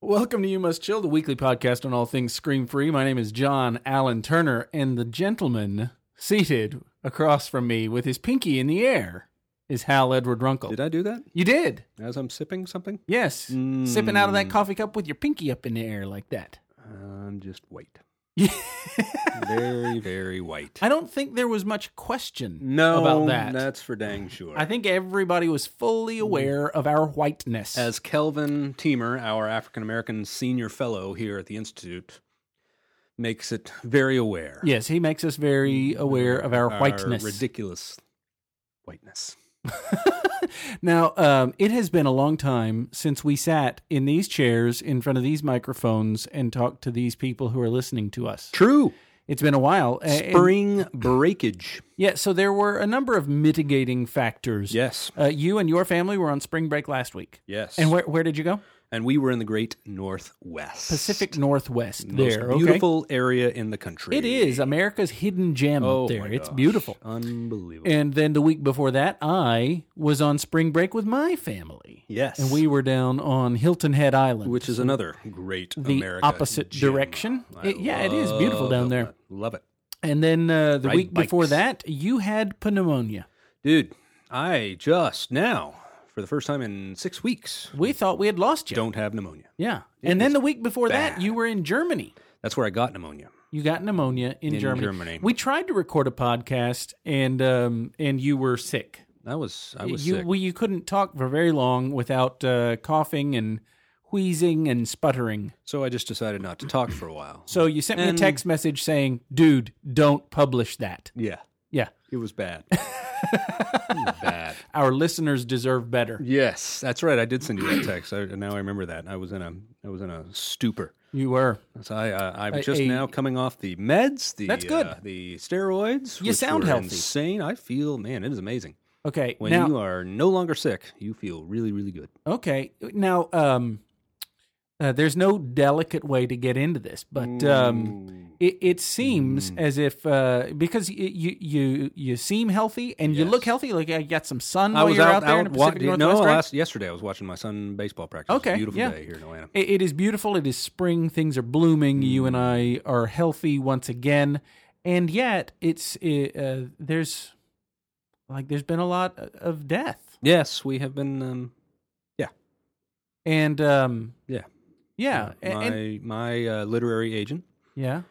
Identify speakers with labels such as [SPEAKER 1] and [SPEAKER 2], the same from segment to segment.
[SPEAKER 1] Welcome to You Must Chill, the weekly podcast on all things scream free. My name is John Allen Turner, and the gentleman seated across from me with his pinky in the air is Hal Edward Runkle.
[SPEAKER 2] Did I do that
[SPEAKER 1] You did,
[SPEAKER 2] as I'm sipping something?
[SPEAKER 1] yes.
[SPEAKER 2] Mm.
[SPEAKER 1] Sipping out of that coffee cup with your pinky up in the air like that.
[SPEAKER 2] I'm Um, just white. very, very white.
[SPEAKER 1] I don't think there was much question
[SPEAKER 2] No,
[SPEAKER 1] about that.
[SPEAKER 2] that's for dang sure. Mm.
[SPEAKER 1] I think everybody was fully aware of our whiteness.
[SPEAKER 2] as Kelvin Teamer, our African American senior fellow here at the Institute, makes it very aware.
[SPEAKER 1] yes, he makes us
[SPEAKER 2] Mm.
[SPEAKER 1] very aware of our, whiteness.
[SPEAKER 2] ridiculous whiteness.
[SPEAKER 1] Now, um, it has been a long time since we sat in these chairs in front of these microphones and talked to these people who are listening to us.
[SPEAKER 2] True.
[SPEAKER 1] It's been a while. A- and-
[SPEAKER 2] Spring breakage.
[SPEAKER 1] yeah, so there were a number of mitigating factors.
[SPEAKER 2] Yes.
[SPEAKER 1] Uh, you and your family were on spring break last week.
[SPEAKER 2] Yes.
[SPEAKER 1] And where, where did you go?
[SPEAKER 2] And we were in the Great Northwest,
[SPEAKER 1] Pacific Northwest.
[SPEAKER 2] Most
[SPEAKER 1] there. okay?
[SPEAKER 2] beautiful area in the country.
[SPEAKER 1] It is America's hidden gem
[SPEAKER 2] Oh
[SPEAKER 1] up there.
[SPEAKER 2] my
[SPEAKER 1] It's
[SPEAKER 2] gosh.
[SPEAKER 1] beautiful.
[SPEAKER 2] unbelievable.
[SPEAKER 1] And then the week before that, I was on spring break with my family.
[SPEAKER 2] yes.
[SPEAKER 1] And we were down on Hilton Head Island.
[SPEAKER 2] which is another great
[SPEAKER 1] the
[SPEAKER 2] America
[SPEAKER 1] opposite
[SPEAKER 2] gem.
[SPEAKER 1] direction.
[SPEAKER 2] I
[SPEAKER 1] It- yeah, it is beautiful
[SPEAKER 2] love
[SPEAKER 1] down there.
[SPEAKER 2] it. Love it,
[SPEAKER 1] And then uh, the
[SPEAKER 2] Ride
[SPEAKER 1] week before
[SPEAKER 2] bikes.
[SPEAKER 1] that, you had pneumonia.
[SPEAKER 2] dude. I just now, for the first time in six weeks,
[SPEAKER 1] We thought we had lost you.
[SPEAKER 2] don't have pneumonia.
[SPEAKER 1] yeah. And then the week before that,
[SPEAKER 2] bad.
[SPEAKER 1] you were in Germany.
[SPEAKER 2] That's where I got pneumonia.
[SPEAKER 1] You got pneumonia in,
[SPEAKER 2] In
[SPEAKER 1] Germany.
[SPEAKER 2] Germany.
[SPEAKER 1] We tried to record a podcast, and um, and you were sick.
[SPEAKER 2] I was I was
[SPEAKER 1] you
[SPEAKER 2] sick.
[SPEAKER 1] We, you couldn't talk for very long without uh, coughing and wheezing and sputtering.
[SPEAKER 2] so I just decided not to talk for a while.
[SPEAKER 1] So you sent me a
[SPEAKER 2] And-
[SPEAKER 1] text message saying, "Dude, don't publish that."
[SPEAKER 2] yeah,
[SPEAKER 1] Yeah,
[SPEAKER 2] it was bad. It was bad.
[SPEAKER 1] our listeners deserve better.
[SPEAKER 2] Yes, that's right. I did send you that text. I, now I remember that. I was in a I was in a stupor.
[SPEAKER 1] You were.
[SPEAKER 2] So I, uh, I'm
[SPEAKER 1] A-
[SPEAKER 2] just
[SPEAKER 1] a-
[SPEAKER 2] now coming off the meds. The,
[SPEAKER 1] That's good.
[SPEAKER 2] uh, the steroids.
[SPEAKER 1] You
[SPEAKER 2] which
[SPEAKER 1] sound
[SPEAKER 2] were
[SPEAKER 1] healthy.
[SPEAKER 2] Insane. I feel, man, it is amazing.
[SPEAKER 1] Okay.
[SPEAKER 2] When
[SPEAKER 1] now,
[SPEAKER 2] you are no longer sick, you feel really, really good.
[SPEAKER 1] Okay. Now, um, uh, there's no delicate way to get into this, but
[SPEAKER 2] Mm.
[SPEAKER 1] um, it, it seems as if uh, because y- you you you seem healthy and you look
[SPEAKER 2] Yes.
[SPEAKER 1] healthy, like I got some sun
[SPEAKER 2] I
[SPEAKER 1] while
[SPEAKER 2] was
[SPEAKER 1] you're
[SPEAKER 2] out,
[SPEAKER 1] out, there in the
[SPEAKER 2] wa-
[SPEAKER 1] Pacific
[SPEAKER 2] no,
[SPEAKER 1] Northwest. right?
[SPEAKER 2] last yesterday I was watching my son baseball practice.
[SPEAKER 1] Okay,
[SPEAKER 2] beautiful
[SPEAKER 1] yeah.
[SPEAKER 2] day here in Atlanta.
[SPEAKER 1] It- it is beautiful. It is spring. Things are blooming. You and
[SPEAKER 2] Mm.
[SPEAKER 1] I are healthy once again, and yet it's uh, uh, there's like there's been a lot of death,
[SPEAKER 2] Yes, we have been. Um,
[SPEAKER 1] and um,
[SPEAKER 2] yeah,
[SPEAKER 1] yeah, and-
[SPEAKER 2] my
[SPEAKER 1] and-
[SPEAKER 2] my uh, literary agent,
[SPEAKER 1] yeah.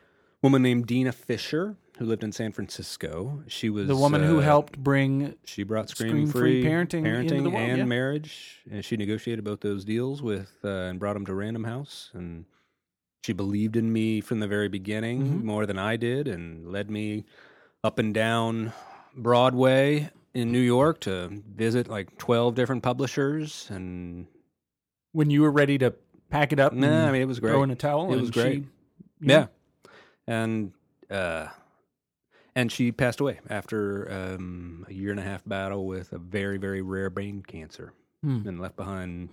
[SPEAKER 2] woman named Dina Fisher, who lived in San Francisco. She was
[SPEAKER 1] The woman who
[SPEAKER 2] uh,
[SPEAKER 1] helped bring
[SPEAKER 2] She brought
[SPEAKER 1] Scream
[SPEAKER 2] Scream,
[SPEAKER 1] Free
[SPEAKER 2] Free,
[SPEAKER 1] parenting into the world,
[SPEAKER 2] and
[SPEAKER 1] yeah.
[SPEAKER 2] marriage, and she negotiated both those deals with uh, and brought them to Random House, and she believed in me from the very beginning
[SPEAKER 1] Mm-hmm.
[SPEAKER 2] more than I did, and led me up and down Broadway in New York to visit like twelve different publishers, and
[SPEAKER 1] when you were ready to pack it up
[SPEAKER 2] nah, I
[SPEAKER 1] and
[SPEAKER 2] mean it was great.
[SPEAKER 1] throw in a towel.
[SPEAKER 2] It
[SPEAKER 1] and
[SPEAKER 2] was
[SPEAKER 1] she-
[SPEAKER 2] great.
[SPEAKER 1] Mm-hmm. yeah.
[SPEAKER 2] yeah. and uh, and she passed away after um, a year and a half battle with a very very rare brain cancer,
[SPEAKER 1] Hmm.
[SPEAKER 2] and left behind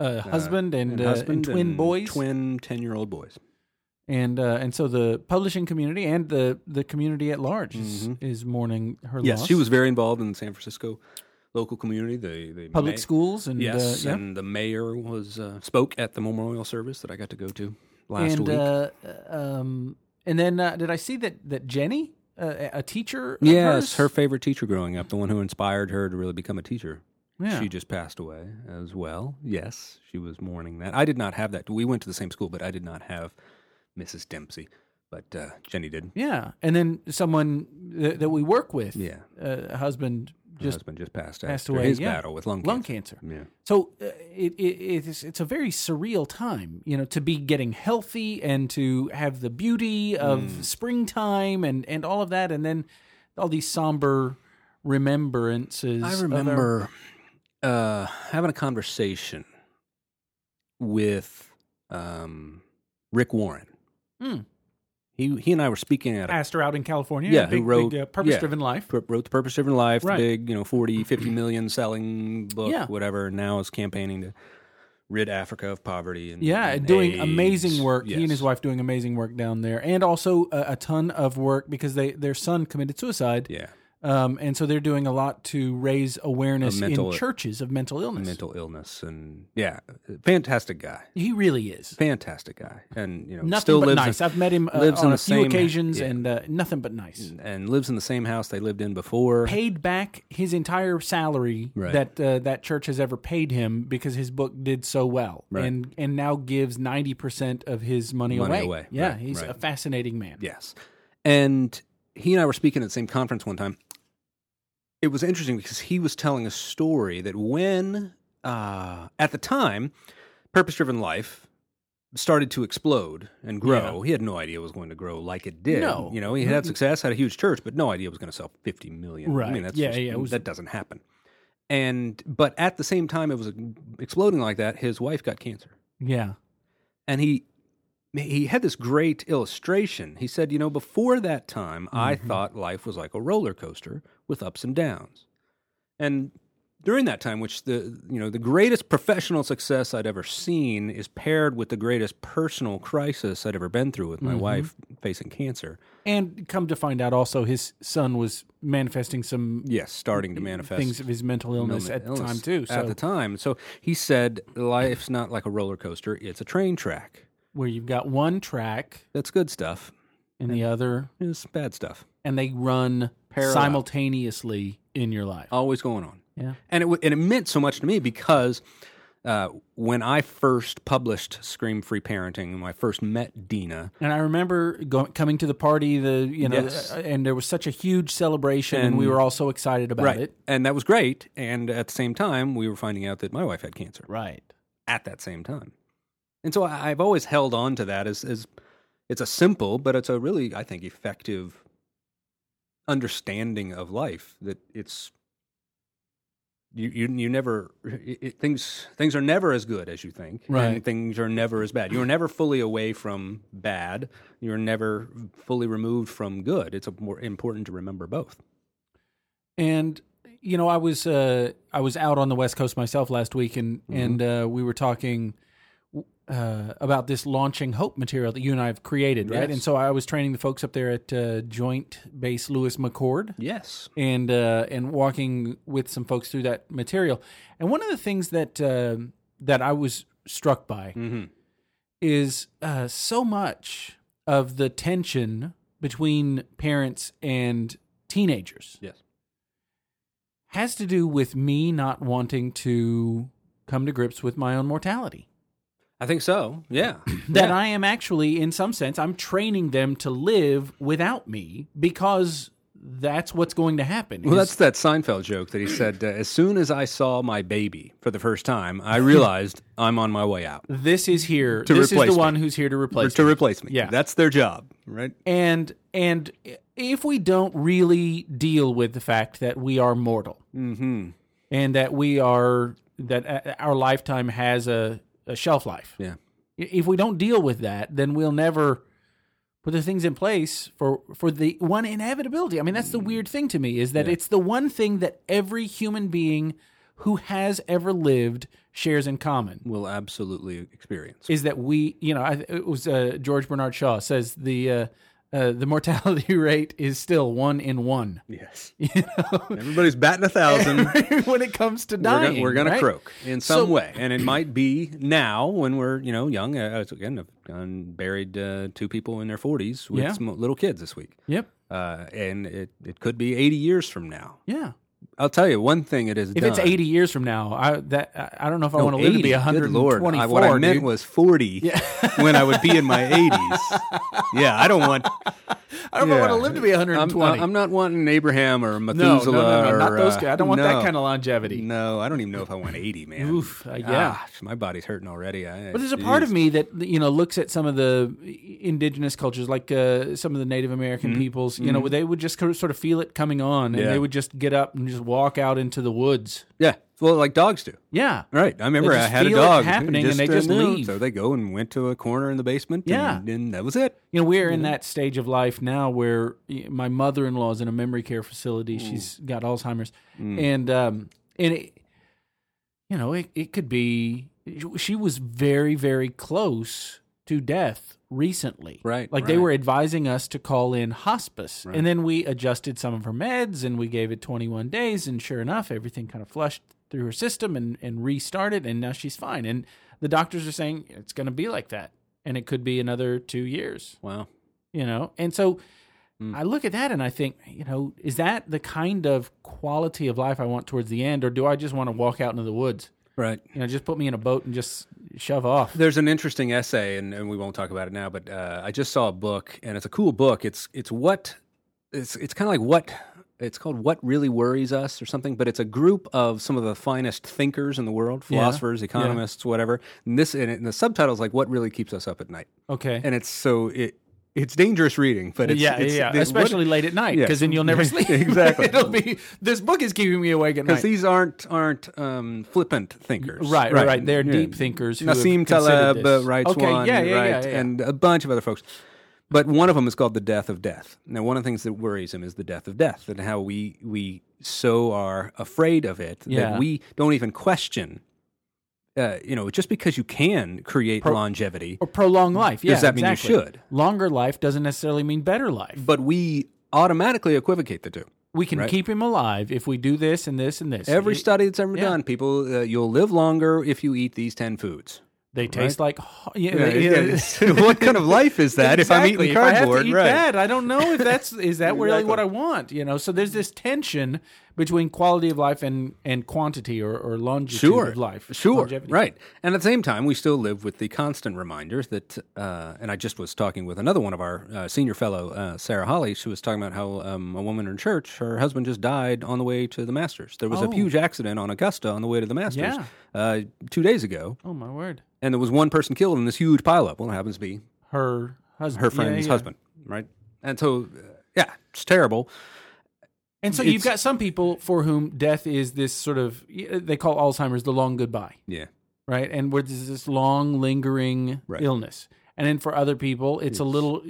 [SPEAKER 1] uh,
[SPEAKER 2] uh,
[SPEAKER 1] husband and, uh,
[SPEAKER 2] husband
[SPEAKER 1] and twin
[SPEAKER 2] and
[SPEAKER 1] boys,
[SPEAKER 2] twin ten year old boys.
[SPEAKER 1] and uh, and so the publishing community and the the community at large is,
[SPEAKER 2] Mhm.
[SPEAKER 1] is mourning her
[SPEAKER 2] Yes,
[SPEAKER 1] loss.
[SPEAKER 2] she was very involved in the San Francisco local community. The, the
[SPEAKER 1] public
[SPEAKER 2] ma-
[SPEAKER 1] schools and
[SPEAKER 2] Yes,
[SPEAKER 1] uh, yeah.
[SPEAKER 2] and the mayor was uh, spoke at the memorial service that I got to go to last
[SPEAKER 1] and
[SPEAKER 2] week.
[SPEAKER 1] uh, um and then uh, did I see that that Jenny, uh, a teacher, of
[SPEAKER 2] yes, her
[SPEAKER 1] hers?
[SPEAKER 2] favorite teacher growing up, the one who inspired her to really become a teacher.
[SPEAKER 1] yeah.
[SPEAKER 2] She just passed away as well. Yes, she was mourning that. I did not have that. We went to the same school, but I did not have Mrs. Dempsey, but uh, Jenny did.
[SPEAKER 1] yeah, and then someone that, that we work with,
[SPEAKER 2] Yeah,
[SPEAKER 1] uh, a husband
[SPEAKER 2] her
[SPEAKER 1] just
[SPEAKER 2] husband just passed,
[SPEAKER 1] passed
[SPEAKER 2] after
[SPEAKER 1] away,
[SPEAKER 2] His
[SPEAKER 1] yeah.
[SPEAKER 2] battle with lung
[SPEAKER 1] lung
[SPEAKER 2] cancer.
[SPEAKER 1] cancer.
[SPEAKER 2] Yeah.
[SPEAKER 1] So uh, it, it it's it's a very surreal time, you know, to be getting healthy and to have the beauty of
[SPEAKER 2] Mm.
[SPEAKER 1] springtime and and all of that, and then all these somber remembrances.
[SPEAKER 2] I
[SPEAKER 1] of our-
[SPEAKER 2] remember uh, having a conversation with um, Rick Warren.
[SPEAKER 1] Hmm.
[SPEAKER 2] He he and I were speaking at a
[SPEAKER 1] Astor out in California.
[SPEAKER 2] Yeah,
[SPEAKER 1] big,
[SPEAKER 2] who wrote-
[SPEAKER 1] big, uh, Purpose Driven Life.
[SPEAKER 2] pur- wrote the Purpose Driven Life,
[SPEAKER 1] Right.
[SPEAKER 2] the big you know 40, 50 million selling book,
[SPEAKER 1] Yeah.
[SPEAKER 2] whatever. and Now is campaigning to rid Africa of poverty and
[SPEAKER 1] Yeah,
[SPEAKER 2] and
[SPEAKER 1] doing
[SPEAKER 2] AIDS.
[SPEAKER 1] amazing work. He
[SPEAKER 2] Yes.
[SPEAKER 1] and his wife doing amazing work down there, and also a, a ton of work because they their son committed suicide.
[SPEAKER 2] Yeah,
[SPEAKER 1] Um, and so they're doing a lot to raise awareness
[SPEAKER 2] Of
[SPEAKER 1] in
[SPEAKER 2] mental-
[SPEAKER 1] churches of mental illness.
[SPEAKER 2] mental illness and yeah, fantastic guy,
[SPEAKER 1] He really is.
[SPEAKER 2] fantastic guy, and you know
[SPEAKER 1] Nothing
[SPEAKER 2] still
[SPEAKER 1] but
[SPEAKER 2] lives
[SPEAKER 1] nice. I've met him uh,
[SPEAKER 2] lives
[SPEAKER 1] on,
[SPEAKER 2] in
[SPEAKER 1] a
[SPEAKER 2] the
[SPEAKER 1] few
[SPEAKER 2] same-
[SPEAKER 1] occasions,
[SPEAKER 2] yeah.
[SPEAKER 1] and uh, nothing but nice.
[SPEAKER 2] in, and lives in the same house they lived in before.
[SPEAKER 1] Paid back his entire salary
[SPEAKER 2] Right.
[SPEAKER 1] that uh, that church has ever paid him because his book did so well,
[SPEAKER 2] Right.
[SPEAKER 1] and and now gives ninety percent of his money,
[SPEAKER 2] Money
[SPEAKER 1] away.
[SPEAKER 2] away.
[SPEAKER 1] Yeah,
[SPEAKER 2] Right,
[SPEAKER 1] he's
[SPEAKER 2] right.
[SPEAKER 1] a fascinating man.
[SPEAKER 2] Yes. And he and I were speaking at the same conference one time. It was interesting because he was telling a story that when, uh, at the time, purpose driven life started to explode and grow, he had no idea it was going to grow like it did.
[SPEAKER 1] No.
[SPEAKER 2] You know, he had success, had a huge church, but no idea it was going to sell 50 million. I
[SPEAKER 1] Right.
[SPEAKER 2] mean, that's
[SPEAKER 1] Yeah,
[SPEAKER 2] just-
[SPEAKER 1] yeah, it was-
[SPEAKER 2] that doesn't happen. And, but at the same time it was exploding like that, his wife got cancer
[SPEAKER 1] yeah.
[SPEAKER 2] and he he had this great illustration. He said, "You know, before that time, I
[SPEAKER 1] Mm-hmm.
[SPEAKER 2] thought life was like a roller coaster with ups and downs." And during that time, which the you know the greatest professional success I'd ever seen is paired with the greatest personal crisis I'd ever been through
[SPEAKER 1] Mm-hmm.
[SPEAKER 2] with my wife facing cancer.
[SPEAKER 1] And come to find out, also his son was manifesting some
[SPEAKER 2] Yes, starting to manifest
[SPEAKER 1] things of his mental illness,
[SPEAKER 2] illness-
[SPEAKER 1] at the
[SPEAKER 2] illness
[SPEAKER 1] time too. So
[SPEAKER 2] At the time, so he said, "Life's not like a roller coaster; it's a train track.
[SPEAKER 1] where you've got one track
[SPEAKER 2] That's good stuff.
[SPEAKER 1] and the other,
[SPEAKER 2] It's bad stuff.
[SPEAKER 1] and they run
[SPEAKER 2] Parallel. Oh.
[SPEAKER 1] simultaneously in your life.
[SPEAKER 2] Always going on."
[SPEAKER 1] Yeah.
[SPEAKER 2] and it wa- and it meant so much to me because uh, when I first published Scream Free Parenting, when I first met Dina,
[SPEAKER 1] And I remember go, coming to the party, the you know, uh,
[SPEAKER 2] Yes.
[SPEAKER 1] and there was such a huge celebration, and, we were all so excited about it.
[SPEAKER 2] and that was great. And at the same time, we were finding out that my wife had cancer
[SPEAKER 1] Right.
[SPEAKER 2] at that same time, and so I, I've always held on to that as as it's a simple, but it's a really I think effective understanding of life that it's. You, you you never it, it- things things are never as good as you think
[SPEAKER 1] Right.
[SPEAKER 2] and things are never as bad. You're never fully away from bad. You're never fully removed from good. It's a more important to remember both.
[SPEAKER 1] And you know, I was uh, I was out on the West Coast myself last week, and
[SPEAKER 2] Mm-hmm.
[SPEAKER 1] and uh, we were talking uh, about this launching hope material that you and I have created, right?
[SPEAKER 2] Yes.
[SPEAKER 1] And so I was training the folks up there at uh, Joint Base Lewis McCord,
[SPEAKER 2] Yes.
[SPEAKER 1] and uh, and walking with some folks through that material. And one of the things that uh, that I was struck by
[SPEAKER 2] Mm-hmm.
[SPEAKER 1] is uh, so much of the tension between parents and teenagers
[SPEAKER 2] Yes.
[SPEAKER 1] has to do with me not wanting to come to grips with my own mortality.
[SPEAKER 2] I think so. Yeah.
[SPEAKER 1] That I am actually, in some sense, I'm training them to live without me because that's what's going to happen.
[SPEAKER 2] Well,
[SPEAKER 1] is-
[SPEAKER 2] that's that Seinfeld joke that he said. Uh, as soon as I saw my baby for the first time, I realized I'm on my way out
[SPEAKER 1] this is here. this is the
[SPEAKER 2] replace me.
[SPEAKER 1] one who's here to replace.
[SPEAKER 2] to replace me.
[SPEAKER 1] Yeah.
[SPEAKER 2] that's their job, right?
[SPEAKER 1] and and if we don't really deal with the fact that we are mortal and that we are that uh, our lifetime has a, a shelf life
[SPEAKER 2] Yeah,
[SPEAKER 1] if we don't deal with that then we'll never put the things in place for for the one inevitability i mean that's the weird thing to me is that it's the one thing that every human being who has ever lived shares in common
[SPEAKER 2] will absolutely experience.
[SPEAKER 1] is that we, you know, I, it was uh, George Bernard Shaw says the uh, uh, the mortality rate is still one in one
[SPEAKER 2] Yes, everybody's batting a thousand.
[SPEAKER 1] when it comes to
[SPEAKER 2] We're
[SPEAKER 1] dying.
[SPEAKER 2] gonna, we're gonna
[SPEAKER 1] right?
[SPEAKER 2] croak in some
[SPEAKER 1] So-
[SPEAKER 2] way, and it might be now when we're you know young. Uh, I was- again, I've gone buried uh, two people in their forties with
[SPEAKER 1] Yeah.
[SPEAKER 2] sm- little kids this week,
[SPEAKER 1] Yep.
[SPEAKER 2] uh, and it, it could be eighty years from now.
[SPEAKER 1] Yeah.
[SPEAKER 2] I'll tell you one thing: it is
[SPEAKER 1] If
[SPEAKER 2] done.
[SPEAKER 1] it's eighty years from now, I that I, I don't know if I want to live to
[SPEAKER 2] 80,
[SPEAKER 1] be
[SPEAKER 2] good
[SPEAKER 1] one hundred and
[SPEAKER 2] Lord. I-
[SPEAKER 1] twenty-four.
[SPEAKER 2] What I meant was 40 when I would be in my 80s. Yeah, I don't want.
[SPEAKER 1] I don't want to live to be one hundred
[SPEAKER 2] I'm,
[SPEAKER 1] and twenty.
[SPEAKER 2] uh, I'm not wanting Abraham or
[SPEAKER 1] no, no,
[SPEAKER 2] Methuselah.
[SPEAKER 1] no, no,
[SPEAKER 2] or,
[SPEAKER 1] not those
[SPEAKER 2] uh,
[SPEAKER 1] guys. I don't want
[SPEAKER 2] no.
[SPEAKER 1] that kind of longevity.
[SPEAKER 2] No, I don't even know if I want 80, man.
[SPEAKER 1] Oof, uh, yeah.
[SPEAKER 2] Gosh, my body's hurting already. I,
[SPEAKER 1] But there's a part of me that you know looks at some of the indigenous cultures, like uh, some of the Native American peoples. You know, where they would just co- sort of feel it coming on, and
[SPEAKER 2] Yeah.
[SPEAKER 1] they would just get up and just walk out into the woods.
[SPEAKER 2] Yeah, well, like dogs do.
[SPEAKER 1] Yeah,
[SPEAKER 2] Right, I remember
[SPEAKER 1] They
[SPEAKER 2] I
[SPEAKER 1] just
[SPEAKER 2] had a
[SPEAKER 1] feel it
[SPEAKER 2] dog
[SPEAKER 1] happening, and they
[SPEAKER 2] uh,
[SPEAKER 1] just
[SPEAKER 2] no,
[SPEAKER 1] leave.
[SPEAKER 2] So they go and went to a corner in the basement.
[SPEAKER 1] Yeah.
[SPEAKER 2] and, and that was it.
[SPEAKER 1] you know, we're in that stage of life now where y- my mother-in-law is in a memory care facility. She's got Alzheimer's,
[SPEAKER 2] Mm.
[SPEAKER 1] and um, and it, you know, it it could be. She was very very close to death recently.
[SPEAKER 2] Right,
[SPEAKER 1] Like they
[SPEAKER 2] right.
[SPEAKER 1] were advising us to call in hospice.
[SPEAKER 2] Right.
[SPEAKER 1] And then we adjusted some of her meds and we gave it 21 days. And sure enough, everything kind of flushed through her system and, and restarted. And now she's fine. And the doctors are saying it's going to be like that. And it could be another two years,
[SPEAKER 2] Wow.
[SPEAKER 1] you know? And so
[SPEAKER 2] Mm.
[SPEAKER 1] I look at that and I think, you know, is that the kind of quality of life I want towards the end? Or do I just want to walk out into the woods?
[SPEAKER 2] Right.
[SPEAKER 1] You know, just put me in a boat and just shove off.
[SPEAKER 2] There's an interesting essay, and, and we won't talk about it now. But uh, I just saw a book, and it's a cool book. It's it's what it's it's kind of like what it's called what really worries us or something. But it's a group of some of the finest thinkers in the world,
[SPEAKER 1] Yeah.
[SPEAKER 2] philosophers, economists, whatever. And this and, it, and the subtitle is like what really keeps us up at night.
[SPEAKER 1] Okay.
[SPEAKER 2] And it's so it it's dangerous reading, but it's,
[SPEAKER 1] yeah,
[SPEAKER 2] it's,
[SPEAKER 1] yeah,
[SPEAKER 2] the- what-
[SPEAKER 1] especially late at night
[SPEAKER 2] Yeah.
[SPEAKER 1] because then you'll never sleep.
[SPEAKER 2] Exactly.
[SPEAKER 1] It'll be this book is keeping me awake at night.
[SPEAKER 2] because these aren't aren't um, flippant thinkers,
[SPEAKER 1] right, right, right. They're
[SPEAKER 2] Yeah.
[SPEAKER 1] deep thinkers. Who
[SPEAKER 2] Nassim
[SPEAKER 1] have considered
[SPEAKER 2] Taleb
[SPEAKER 1] this.
[SPEAKER 2] uh, writes
[SPEAKER 1] okay,
[SPEAKER 2] one,
[SPEAKER 1] Yeah, yeah,
[SPEAKER 2] right,
[SPEAKER 1] yeah, yeah, yeah.
[SPEAKER 2] and a bunch of other folks. But one of them is called the death of death. Now, one of the things that worries him is the death of death, and how we we so are afraid of it
[SPEAKER 1] Yeah.
[SPEAKER 2] that we don't even question. Uh, you know, just because you can create longevity,
[SPEAKER 1] or prolong life. Yeah,
[SPEAKER 2] Does that mean you
[SPEAKER 1] exactly.
[SPEAKER 2] should?
[SPEAKER 1] Longer life doesn't necessarily mean better life.
[SPEAKER 2] but we automatically equivocate the two.
[SPEAKER 1] We can keep him alive if we do this and this and this.
[SPEAKER 2] Every
[SPEAKER 1] It-
[SPEAKER 2] study that's ever
[SPEAKER 1] yeah.
[SPEAKER 2] done, people, uh, you'll live longer if you eat these ten foods.
[SPEAKER 1] they taste like ho- yeah,
[SPEAKER 2] Yeah,
[SPEAKER 1] they-
[SPEAKER 2] yeah, it's- what kind of life is that if I'm
[SPEAKER 1] Exactly.
[SPEAKER 2] eating
[SPEAKER 1] I have to
[SPEAKER 2] cardboard?
[SPEAKER 1] eat
[SPEAKER 2] right.
[SPEAKER 1] that, I don't know if that's is that really
[SPEAKER 2] Exactly.
[SPEAKER 1] what I want. You know, so there's this tension between quality of life and and quantity or, or longitude
[SPEAKER 2] sure
[SPEAKER 1] of life.
[SPEAKER 2] sure
[SPEAKER 1] longevity.
[SPEAKER 2] right and at the same time we still live with the constant reminders that uh, and i just was talking with another one of our uh, senior fellow uh, sarah holly she was talking about how um, a woman in church her husband just died on the way to the masters there was
[SPEAKER 1] Oh.
[SPEAKER 2] a huge accident on augusta on the way to the masters
[SPEAKER 1] Yeah.
[SPEAKER 2] uh, two days ago
[SPEAKER 1] Oh my word.
[SPEAKER 2] and there was one person killed in this huge pileup well it happens to be
[SPEAKER 1] her husband,
[SPEAKER 2] her friend's
[SPEAKER 1] Yeah, yeah.
[SPEAKER 2] husband right and so uh, yeah it's terrible
[SPEAKER 1] And so you've
[SPEAKER 2] It's-
[SPEAKER 1] got some people for whom death is this sort of they call Alzheimer's the long goodbye,
[SPEAKER 2] yeah
[SPEAKER 1] right? And where there's this long lingering
[SPEAKER 2] Right.
[SPEAKER 1] illness. And then for other people, it's, a little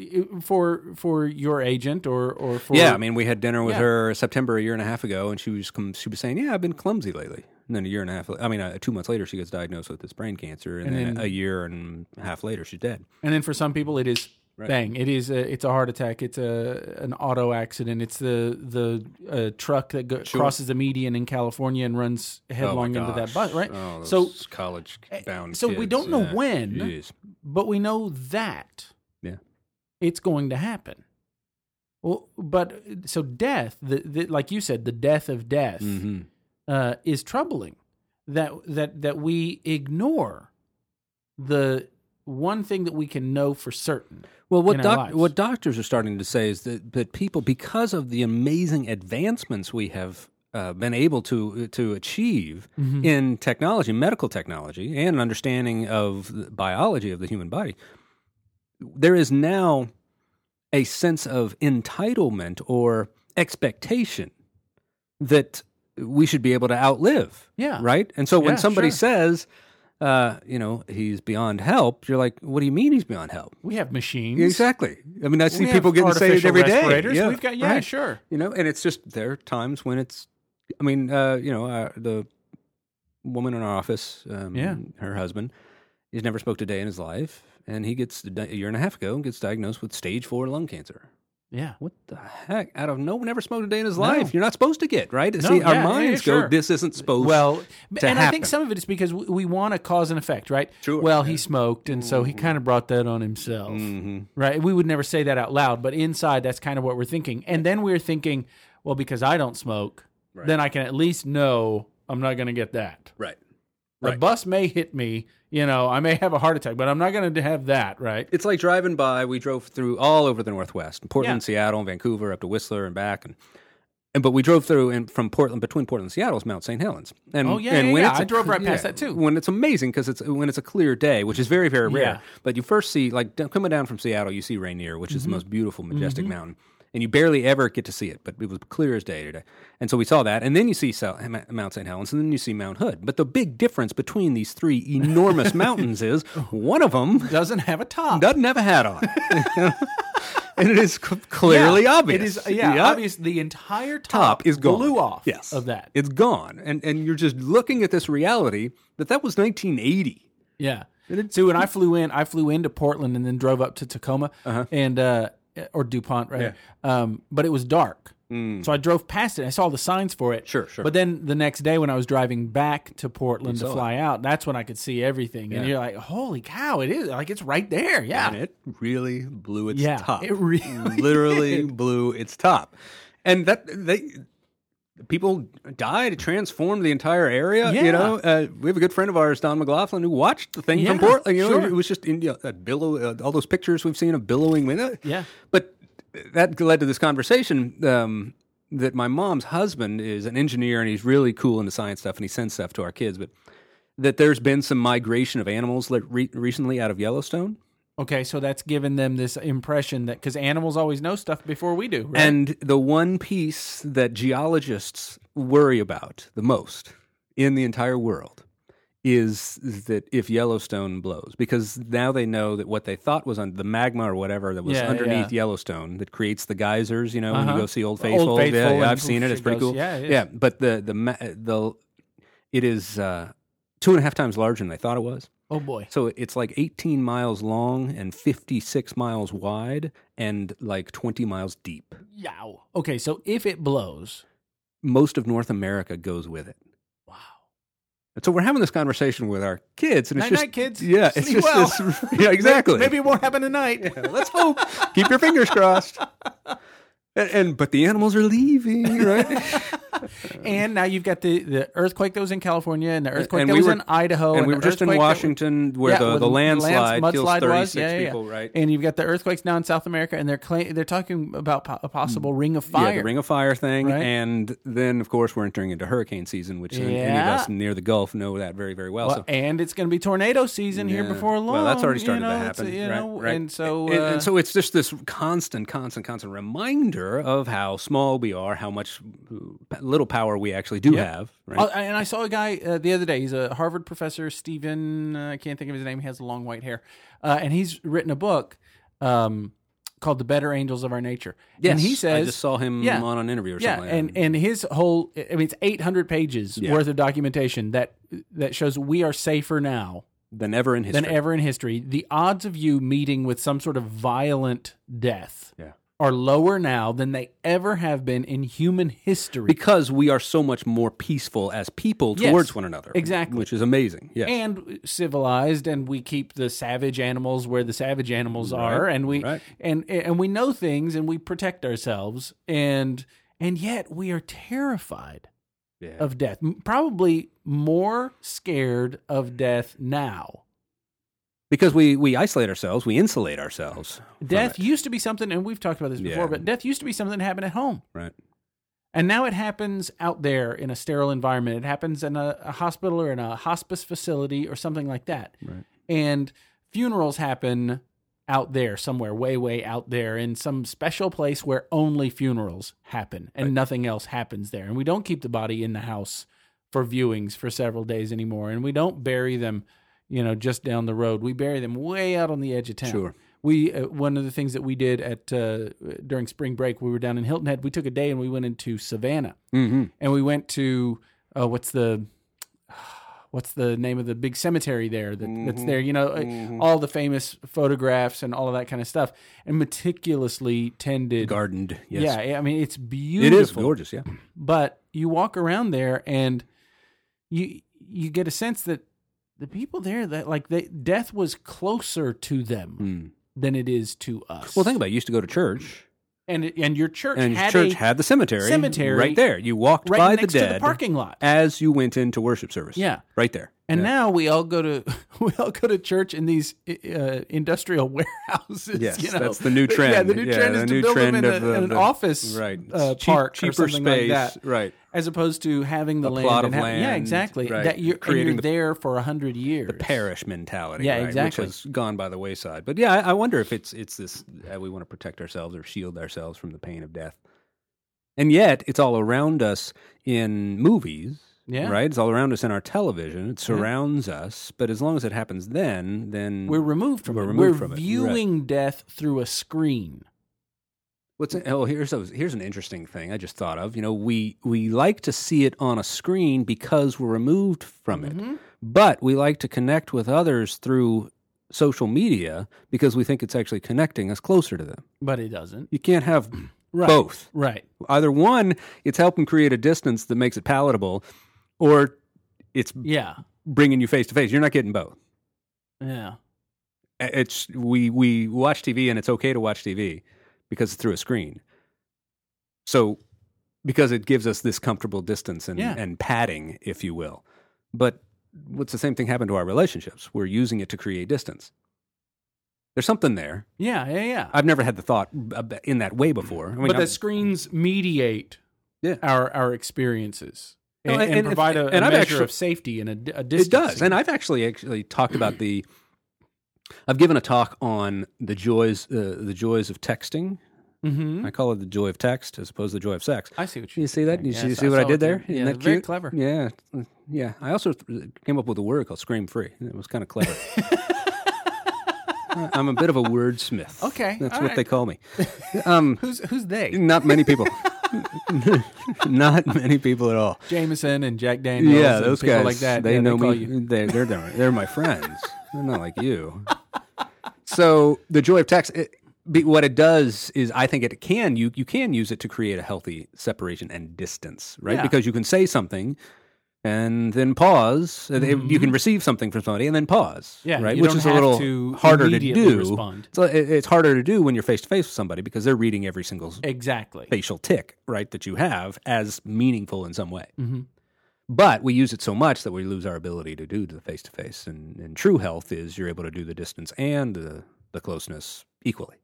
[SPEAKER 1] for for your agent or or for
[SPEAKER 2] yeah, I mean, we had dinner with
[SPEAKER 1] Yeah.
[SPEAKER 2] her September a year and a half ago, and she was com- she was saying, "Yeah, I've been clumsy lately." And then a year and a half, I mean, uh, two months later, she gets diagnosed with this brain cancer, and,
[SPEAKER 1] And
[SPEAKER 2] then,
[SPEAKER 1] then-
[SPEAKER 2] a year and a half later, she's dead.
[SPEAKER 1] and then for some people it is bang, it is a, it's a heart attack, it's a an auto accident, it's the the uh, truck that go- crosses the median in California and runs
[SPEAKER 2] Oh
[SPEAKER 1] headlong into that bus, right? so eh,
[SPEAKER 2] college bound.
[SPEAKER 1] so we kids, don't know yeah. when. but we know that
[SPEAKER 2] Yeah.
[SPEAKER 1] it's going to happen well but so death the, the, like you said the death of death
[SPEAKER 2] hmm
[SPEAKER 1] uh, is troubling that that that we ignore the one thing that we can know for certain
[SPEAKER 2] Well,
[SPEAKER 1] in
[SPEAKER 2] what
[SPEAKER 1] our
[SPEAKER 2] doc-
[SPEAKER 1] lives.
[SPEAKER 2] what doctors are starting to say is that that people, because of the amazing advancements we have uh, been able to to achieve
[SPEAKER 1] Mm-hmm.
[SPEAKER 2] in technology, medical technology, and an understanding of the biology of the human body, there is now a sense of entitlement or expectation that we should be able to outlive.
[SPEAKER 1] Yeah.
[SPEAKER 2] Right. And so when
[SPEAKER 1] Yeah,
[SPEAKER 2] somebody
[SPEAKER 1] sure.
[SPEAKER 2] says. Uh, you know, he's beyond help. You're like, what do you mean he's beyond help?
[SPEAKER 1] we have machines
[SPEAKER 2] Exactly. I mean, I see
[SPEAKER 1] we have
[SPEAKER 2] people getting saved
[SPEAKER 1] artificial
[SPEAKER 2] every day.
[SPEAKER 1] respirators. we've got yeah
[SPEAKER 2] right.
[SPEAKER 1] sure
[SPEAKER 2] You know, and it's just there are times when it's. I mean, uh, you know, uh, the woman in our office, um,
[SPEAKER 1] Yeah.
[SPEAKER 2] her husband, he's never smoked a day in his life, and he gets di- a year and a half ago gets diagnosed with stage four lung cancer.
[SPEAKER 1] yeah
[SPEAKER 2] What the heck? Out of no, never smoked a day in his
[SPEAKER 1] No.
[SPEAKER 2] life. You're not supposed to get right.
[SPEAKER 1] No,
[SPEAKER 2] see, our
[SPEAKER 1] yeah, yeah,
[SPEAKER 2] minds
[SPEAKER 1] yeah,
[SPEAKER 2] go,
[SPEAKER 1] sure.
[SPEAKER 2] this isn't supposed.
[SPEAKER 1] well
[SPEAKER 2] to
[SPEAKER 1] and i think
[SPEAKER 2] happen.
[SPEAKER 1] some of it is because we, we want a cause and effect right
[SPEAKER 2] Sure,
[SPEAKER 1] well he
[SPEAKER 2] yeah.
[SPEAKER 1] smoked and so he kind of brought that on himself
[SPEAKER 2] hmm
[SPEAKER 1] right? We would never say that out loud, but inside, that's kind of what we're thinking. And then we're thinking, well, because I don't smoke,
[SPEAKER 2] Right.
[SPEAKER 1] then I can at least know I'm not going to get that.
[SPEAKER 2] right.
[SPEAKER 1] The
[SPEAKER 2] Right.
[SPEAKER 1] bus may hit me, you know, I may have a heart attack, but I'm not going to have that, right?
[SPEAKER 2] It's like driving by. We drove through all over the Northwest, Portland,
[SPEAKER 1] Yeah.
[SPEAKER 2] Seattle, and Vancouver, up to Whistler and back, and and but we drove through and from Portland between Portland and Seattle is Mount St. Helens. And
[SPEAKER 1] Oh, yeah,
[SPEAKER 2] and
[SPEAKER 1] yeah, yeah.
[SPEAKER 2] it's
[SPEAKER 1] I drove right past that, too.
[SPEAKER 2] When it's amazing because it's when it's a clear day, which is very very rare.
[SPEAKER 1] Yeah.
[SPEAKER 2] But you first see like d- coming down from Seattle, you see Rainier, which
[SPEAKER 1] Mm-hmm.
[SPEAKER 2] is the most beautiful majestic mountain. And you barely ever get to see it, but it was clear as day today. And so we saw that. And then you see Sou- Ma- Mount St. Helens, and then you see Mount Hood. But the big difference between these three enormous mountains is one of them
[SPEAKER 1] Doesn't have a top.
[SPEAKER 2] doesn't have a hat on. and it is c- clearly
[SPEAKER 1] Yeah.
[SPEAKER 2] obvious.
[SPEAKER 1] It is, yeah,
[SPEAKER 2] The
[SPEAKER 1] obvious. The entire top,
[SPEAKER 2] Top is gone.
[SPEAKER 1] blew off
[SPEAKER 2] Yes.
[SPEAKER 1] of that.
[SPEAKER 2] It's gone. And and you're just looking at this reality that that was 1980.
[SPEAKER 1] Yeah. See, when I flew in, I flew into Portland and then drove up to Tacoma
[SPEAKER 2] Uh-huh.
[SPEAKER 1] and uh, or Dupont, right? Um, but it was dark, so I drove past it. I saw the signs for it.
[SPEAKER 2] Mm. Sure, sure.
[SPEAKER 1] But then the next day, when I was driving back to Portland to fly out, that's when I could see everything. And you're like, "Holy cow! It is like it's right there." Yeah.
[SPEAKER 2] and it really blew its
[SPEAKER 1] Yeah,
[SPEAKER 2] top.
[SPEAKER 1] it really
[SPEAKER 2] literally blew its top, and that they people died. It transformed the entire area.
[SPEAKER 1] Yeah.
[SPEAKER 2] You know, uh, we have a good friend of ours, Don McLaughlin, who watched the thing from
[SPEAKER 1] Yeah,
[SPEAKER 2] Portland. You know,
[SPEAKER 1] sure.
[SPEAKER 2] it was just in you know, that billow. Uh, all those pictures we've seen of billowing. you know?
[SPEAKER 1] Yeah.
[SPEAKER 2] but that led to this conversation. Um, that my mom's husband is an engineer and he's really cool into science stuff and he sends stuff to our kids. But that there's been some migration of animals like, re- recently out of Yellowstone.
[SPEAKER 1] Okay, so that's given them this impression that because animals always know stuff before we do, right?
[SPEAKER 2] And the one piece that geologists worry about the most in the entire world is that if Yellowstone blows, because now they know that what they thought was on the magma or whatever that was
[SPEAKER 1] Yeah,
[SPEAKER 2] underneath
[SPEAKER 1] yeah.
[SPEAKER 2] Yellowstone that creates the geysers, you know, when
[SPEAKER 1] Uh-huh.
[SPEAKER 2] you go see
[SPEAKER 1] Old
[SPEAKER 2] Old Faithful. yeah,
[SPEAKER 1] Faithful
[SPEAKER 2] yeah,
[SPEAKER 1] and
[SPEAKER 2] I've seen it. It's pretty
[SPEAKER 1] goes-
[SPEAKER 2] cool.
[SPEAKER 1] yeah, it is.
[SPEAKER 2] yeah, but the, the, ma- the, it is uh, two and a half times larger than they thought it was.
[SPEAKER 1] oh boy,
[SPEAKER 2] So it's like 18 miles long and 56 miles wide and like 20 miles deep.
[SPEAKER 1] yow. Okay, so if it blows,
[SPEAKER 2] Most of North America goes with it.
[SPEAKER 1] wow.
[SPEAKER 2] And so we're having this conversation with our kids, and it's
[SPEAKER 1] Night
[SPEAKER 2] just
[SPEAKER 1] night, kids.
[SPEAKER 2] yeah, it's
[SPEAKER 1] Sleep
[SPEAKER 2] just this, yeah, exactly.
[SPEAKER 1] Maybe it won't happen tonight.
[SPEAKER 2] let's hope. Keep your fingers crossed. And, and but the animals are leaving, right?
[SPEAKER 1] And now you've got the, the earthquake that was in California and the earthquake
[SPEAKER 2] and
[SPEAKER 1] that
[SPEAKER 2] we
[SPEAKER 1] was
[SPEAKER 2] were-
[SPEAKER 1] in Idaho.
[SPEAKER 2] and we
[SPEAKER 1] the
[SPEAKER 2] were just in
[SPEAKER 1] earthquake that was-
[SPEAKER 2] Washington, where
[SPEAKER 1] Yeah,
[SPEAKER 2] the,
[SPEAKER 1] where
[SPEAKER 2] the landslide
[SPEAKER 1] lands-
[SPEAKER 2] kills
[SPEAKER 1] mudslide
[SPEAKER 2] thirty
[SPEAKER 1] was.
[SPEAKER 2] six
[SPEAKER 1] Yeah, yeah,
[SPEAKER 2] people,
[SPEAKER 1] yeah.
[SPEAKER 2] right?
[SPEAKER 1] And you've got the earthquakes now in South America, and they're claim- they're talking about po- a possible ring of fire.
[SPEAKER 2] Mm. Yeah, the Ring of Fire thing,
[SPEAKER 1] Right.
[SPEAKER 2] and then of course we're entering into hurricane season, which then any of
[SPEAKER 1] Yeah.
[SPEAKER 2] us near the Gulf know that very, very well.
[SPEAKER 1] Well,
[SPEAKER 2] so
[SPEAKER 1] and it's going to be tornado season here
[SPEAKER 2] Yeah.
[SPEAKER 1] before long.
[SPEAKER 2] Well, that's already
[SPEAKER 1] you
[SPEAKER 2] started
[SPEAKER 1] know,
[SPEAKER 2] to
[SPEAKER 1] it's,
[SPEAKER 2] happen.
[SPEAKER 1] you
[SPEAKER 2] right,
[SPEAKER 1] know,
[SPEAKER 2] right.
[SPEAKER 1] And so,
[SPEAKER 2] and,
[SPEAKER 1] uh,
[SPEAKER 2] and so it's just this constant, constant, constant reminder of how small we are, how much uh, little power we actually do have. Right?
[SPEAKER 1] Oh, and I saw a guy uh, the other day. He's a Harvard professor, Stephen. Uh, I can't think of his name. He has long white hair, uh, and he's written a book um, called "The Better Angels of Our Nature." and he says,
[SPEAKER 2] I just saw him
[SPEAKER 1] yeah.
[SPEAKER 2] on an interview or
[SPEAKER 1] yeah,
[SPEAKER 2] something.
[SPEAKER 1] and and his whole I mean, it's eight hundred pages worth of documentation that that shows we are safer now
[SPEAKER 2] than ever in history.
[SPEAKER 1] than ever in history. The odds of you meeting with some sort of violent death
[SPEAKER 2] Yeah.
[SPEAKER 1] are lower now than they ever have been in human history.
[SPEAKER 2] because we are so much more peaceful as people
[SPEAKER 1] Yes,
[SPEAKER 2] towards one another.
[SPEAKER 1] exactly.
[SPEAKER 2] Which is amazing. Yes.
[SPEAKER 1] and civilized and we keep the savage animals where the savage animals are and we
[SPEAKER 2] right.
[SPEAKER 1] and and we know things and we protect ourselves and and yet we are terrified
[SPEAKER 2] Yeah.
[SPEAKER 1] of death M- probably more scared of death now
[SPEAKER 2] because we, we isolate ourselves, we insulate ourselves. from
[SPEAKER 1] death
[SPEAKER 2] it,
[SPEAKER 1] used to be something and we've talked about this before
[SPEAKER 2] Yeah.
[SPEAKER 1] but death used to be something that happened at home
[SPEAKER 2] right.
[SPEAKER 1] and now it happens out there in a sterile environment it happens in a, a hospital or in a hospice facility or something like that
[SPEAKER 2] Right.
[SPEAKER 1] and funerals happen out there somewhere way way out there in some special place where only funerals happen and nothing else happens there and we don't keep the body in the house for viewings for several days anymore and we don't bury them you know just down the road we bury them way out on the edge of town
[SPEAKER 2] Sure.
[SPEAKER 1] we uh, one of the things that we did at uh, during spring break we were down in hilton head we took a day and we went into savannah
[SPEAKER 2] Mm-hmm.
[SPEAKER 1] and we went to uh, what's the what's the name of the big cemetery there that,
[SPEAKER 2] Mm-hmm.
[SPEAKER 1] that's there you know uh, all the famous photographs and all of that kind of stuff and meticulously tended
[SPEAKER 2] Gardened. Yes.
[SPEAKER 1] yeah i mean it's
[SPEAKER 2] It
[SPEAKER 1] beautiful
[SPEAKER 2] is gorgeous. Yeah.
[SPEAKER 1] but you walk around there and you you get a sense that the people there that like they, death was closer to them than it is to us
[SPEAKER 2] Mm. Hmm. Well, think about it. You used to go to church,
[SPEAKER 1] and and your church
[SPEAKER 2] and
[SPEAKER 1] had
[SPEAKER 2] church
[SPEAKER 1] a,
[SPEAKER 2] had the cemetery,
[SPEAKER 1] cemetery
[SPEAKER 2] right there. You walked
[SPEAKER 1] right
[SPEAKER 2] by
[SPEAKER 1] next
[SPEAKER 2] the
[SPEAKER 1] to
[SPEAKER 2] dead
[SPEAKER 1] the parking lot
[SPEAKER 2] as you went into worship service.
[SPEAKER 1] Yeah.
[SPEAKER 2] right there.
[SPEAKER 1] And now we all go to we all go to church in these uh, industrial warehouses.
[SPEAKER 2] Yes,
[SPEAKER 1] you know?
[SPEAKER 2] that's the new
[SPEAKER 1] Yeah,
[SPEAKER 2] trend.
[SPEAKER 1] the new
[SPEAKER 2] Yeah,
[SPEAKER 1] trend
[SPEAKER 2] the
[SPEAKER 1] is
[SPEAKER 2] new
[SPEAKER 1] to build them
[SPEAKER 2] trend
[SPEAKER 1] in,
[SPEAKER 2] of
[SPEAKER 1] a-
[SPEAKER 2] the-
[SPEAKER 1] in an
[SPEAKER 2] the-
[SPEAKER 1] office
[SPEAKER 2] right.
[SPEAKER 1] uh,
[SPEAKER 2] Cheap-
[SPEAKER 1] park or
[SPEAKER 2] cheaper
[SPEAKER 1] something
[SPEAKER 2] space,
[SPEAKER 1] like that.
[SPEAKER 2] right.
[SPEAKER 1] As opposed to having the
[SPEAKER 2] A
[SPEAKER 1] land
[SPEAKER 2] plot
[SPEAKER 1] and
[SPEAKER 2] of
[SPEAKER 1] having- yeah,
[SPEAKER 2] land,
[SPEAKER 1] exactly.
[SPEAKER 2] right,
[SPEAKER 1] That you're, and
[SPEAKER 2] creating
[SPEAKER 1] you're
[SPEAKER 2] the-
[SPEAKER 1] there for a hundred years.
[SPEAKER 2] Parish mentality,
[SPEAKER 1] Yeah,
[SPEAKER 2] right,
[SPEAKER 1] exactly.
[SPEAKER 2] which has gone by the wayside. But yeah, I, I wonder if it's it's this uh, we want to protect ourselves or shield ourselves from the pain of death, and yet it's all around us in movies.
[SPEAKER 1] Yeah.
[SPEAKER 2] right. It's all around us in our television. It surrounds us, but as long as it happens, then then
[SPEAKER 1] We're removed from
[SPEAKER 2] We're
[SPEAKER 1] it.
[SPEAKER 2] removed
[SPEAKER 1] We're
[SPEAKER 2] from it, right.
[SPEAKER 1] viewing death through a screen.
[SPEAKER 2] What's oh here's a, here's an interesting thing I just thought of. You know, we we like to see it on a screen because we're removed from
[SPEAKER 1] Mm-hmm.
[SPEAKER 2] it, but we like to connect with others through social media because we think it's actually connecting us closer to them.
[SPEAKER 1] But it doesn't.
[SPEAKER 2] You can't have
[SPEAKER 1] Right.
[SPEAKER 2] both.
[SPEAKER 1] Right.
[SPEAKER 2] Either one, it's helping create a distance that makes it palatable, or it's
[SPEAKER 1] Yeah.
[SPEAKER 2] bringing you face to face. You're not getting both.
[SPEAKER 1] Yeah.
[SPEAKER 2] It's we we watch TV and it's okay to watch TV because it's through a screen. So because it gives us this comfortable distance and,
[SPEAKER 1] Yeah.
[SPEAKER 2] and padding, if you will. But what's the same thing happened to our relationships? We're using it to create distance. There's something there.
[SPEAKER 1] Yeah. Yeah. Yeah.
[SPEAKER 2] I've never had the thought ab- in that way before. I mean,
[SPEAKER 1] but
[SPEAKER 2] I'm-
[SPEAKER 1] the screens mediate
[SPEAKER 2] Yeah.
[SPEAKER 1] our our experiences
[SPEAKER 2] No,
[SPEAKER 1] and,
[SPEAKER 2] and-
[SPEAKER 1] and
[SPEAKER 2] and-
[SPEAKER 1] provide a,
[SPEAKER 2] and
[SPEAKER 1] a
[SPEAKER 2] I've
[SPEAKER 1] measure
[SPEAKER 2] actu-
[SPEAKER 1] of safety and a, a distance.
[SPEAKER 2] It does. And I've actually actually talked about the. I've given a talk on the joys uh, the joys of texting.
[SPEAKER 1] hmm
[SPEAKER 2] I call it the joy of text as opposed to the joy of sex.
[SPEAKER 1] I see what you.
[SPEAKER 2] You see that? You, see-
[SPEAKER 1] Yes,
[SPEAKER 2] see what I
[SPEAKER 1] saw
[SPEAKER 2] did
[SPEAKER 1] you-
[SPEAKER 2] there?
[SPEAKER 1] Yeah,
[SPEAKER 2] Isn't that
[SPEAKER 1] very
[SPEAKER 2] cute?
[SPEAKER 1] clever.
[SPEAKER 2] Yeah, yeah. I also th- came up with a word called "scream free." It was kind of clever. I'm a bit of a wordsmith.
[SPEAKER 1] Okay,
[SPEAKER 2] that's
[SPEAKER 1] all
[SPEAKER 2] what
[SPEAKER 1] right.
[SPEAKER 2] they call me. Um,
[SPEAKER 1] Who's who's they?
[SPEAKER 2] not many people. not many people at all.
[SPEAKER 1] Jameson and Jack Daniels.
[SPEAKER 2] Yeah,
[SPEAKER 1] and
[SPEAKER 2] those
[SPEAKER 1] people
[SPEAKER 2] guys
[SPEAKER 1] like that.
[SPEAKER 2] They
[SPEAKER 1] Yeah,
[SPEAKER 2] know
[SPEAKER 1] call
[SPEAKER 2] me.
[SPEAKER 1] you-
[SPEAKER 2] They, they're they're they're my friends. They're not like you. So the joy of text. It, be- what it does is, I think it can you you can use it to create a healthy separation and distance, right?
[SPEAKER 1] Yeah.
[SPEAKER 2] Because you can say something. And then pause. and it- You can receive something from somebody, and then pause.
[SPEAKER 1] Mm-hmm. Yeah,
[SPEAKER 2] right.
[SPEAKER 1] you
[SPEAKER 2] Which
[SPEAKER 1] don't
[SPEAKER 2] is a
[SPEAKER 1] have
[SPEAKER 2] little
[SPEAKER 1] to
[SPEAKER 2] harder to
[SPEAKER 1] immediately
[SPEAKER 2] do.
[SPEAKER 1] respond.
[SPEAKER 2] So it, it's harder to do when you're face to face with somebody because they're reading every single
[SPEAKER 1] Exactly.
[SPEAKER 2] facial tick, right, that you have as meaningful in some way.
[SPEAKER 1] Mhm.
[SPEAKER 2] But we use it so much that we lose our ability to do the face to face. And and true health is you're able to do the distance and the, the closeness equally.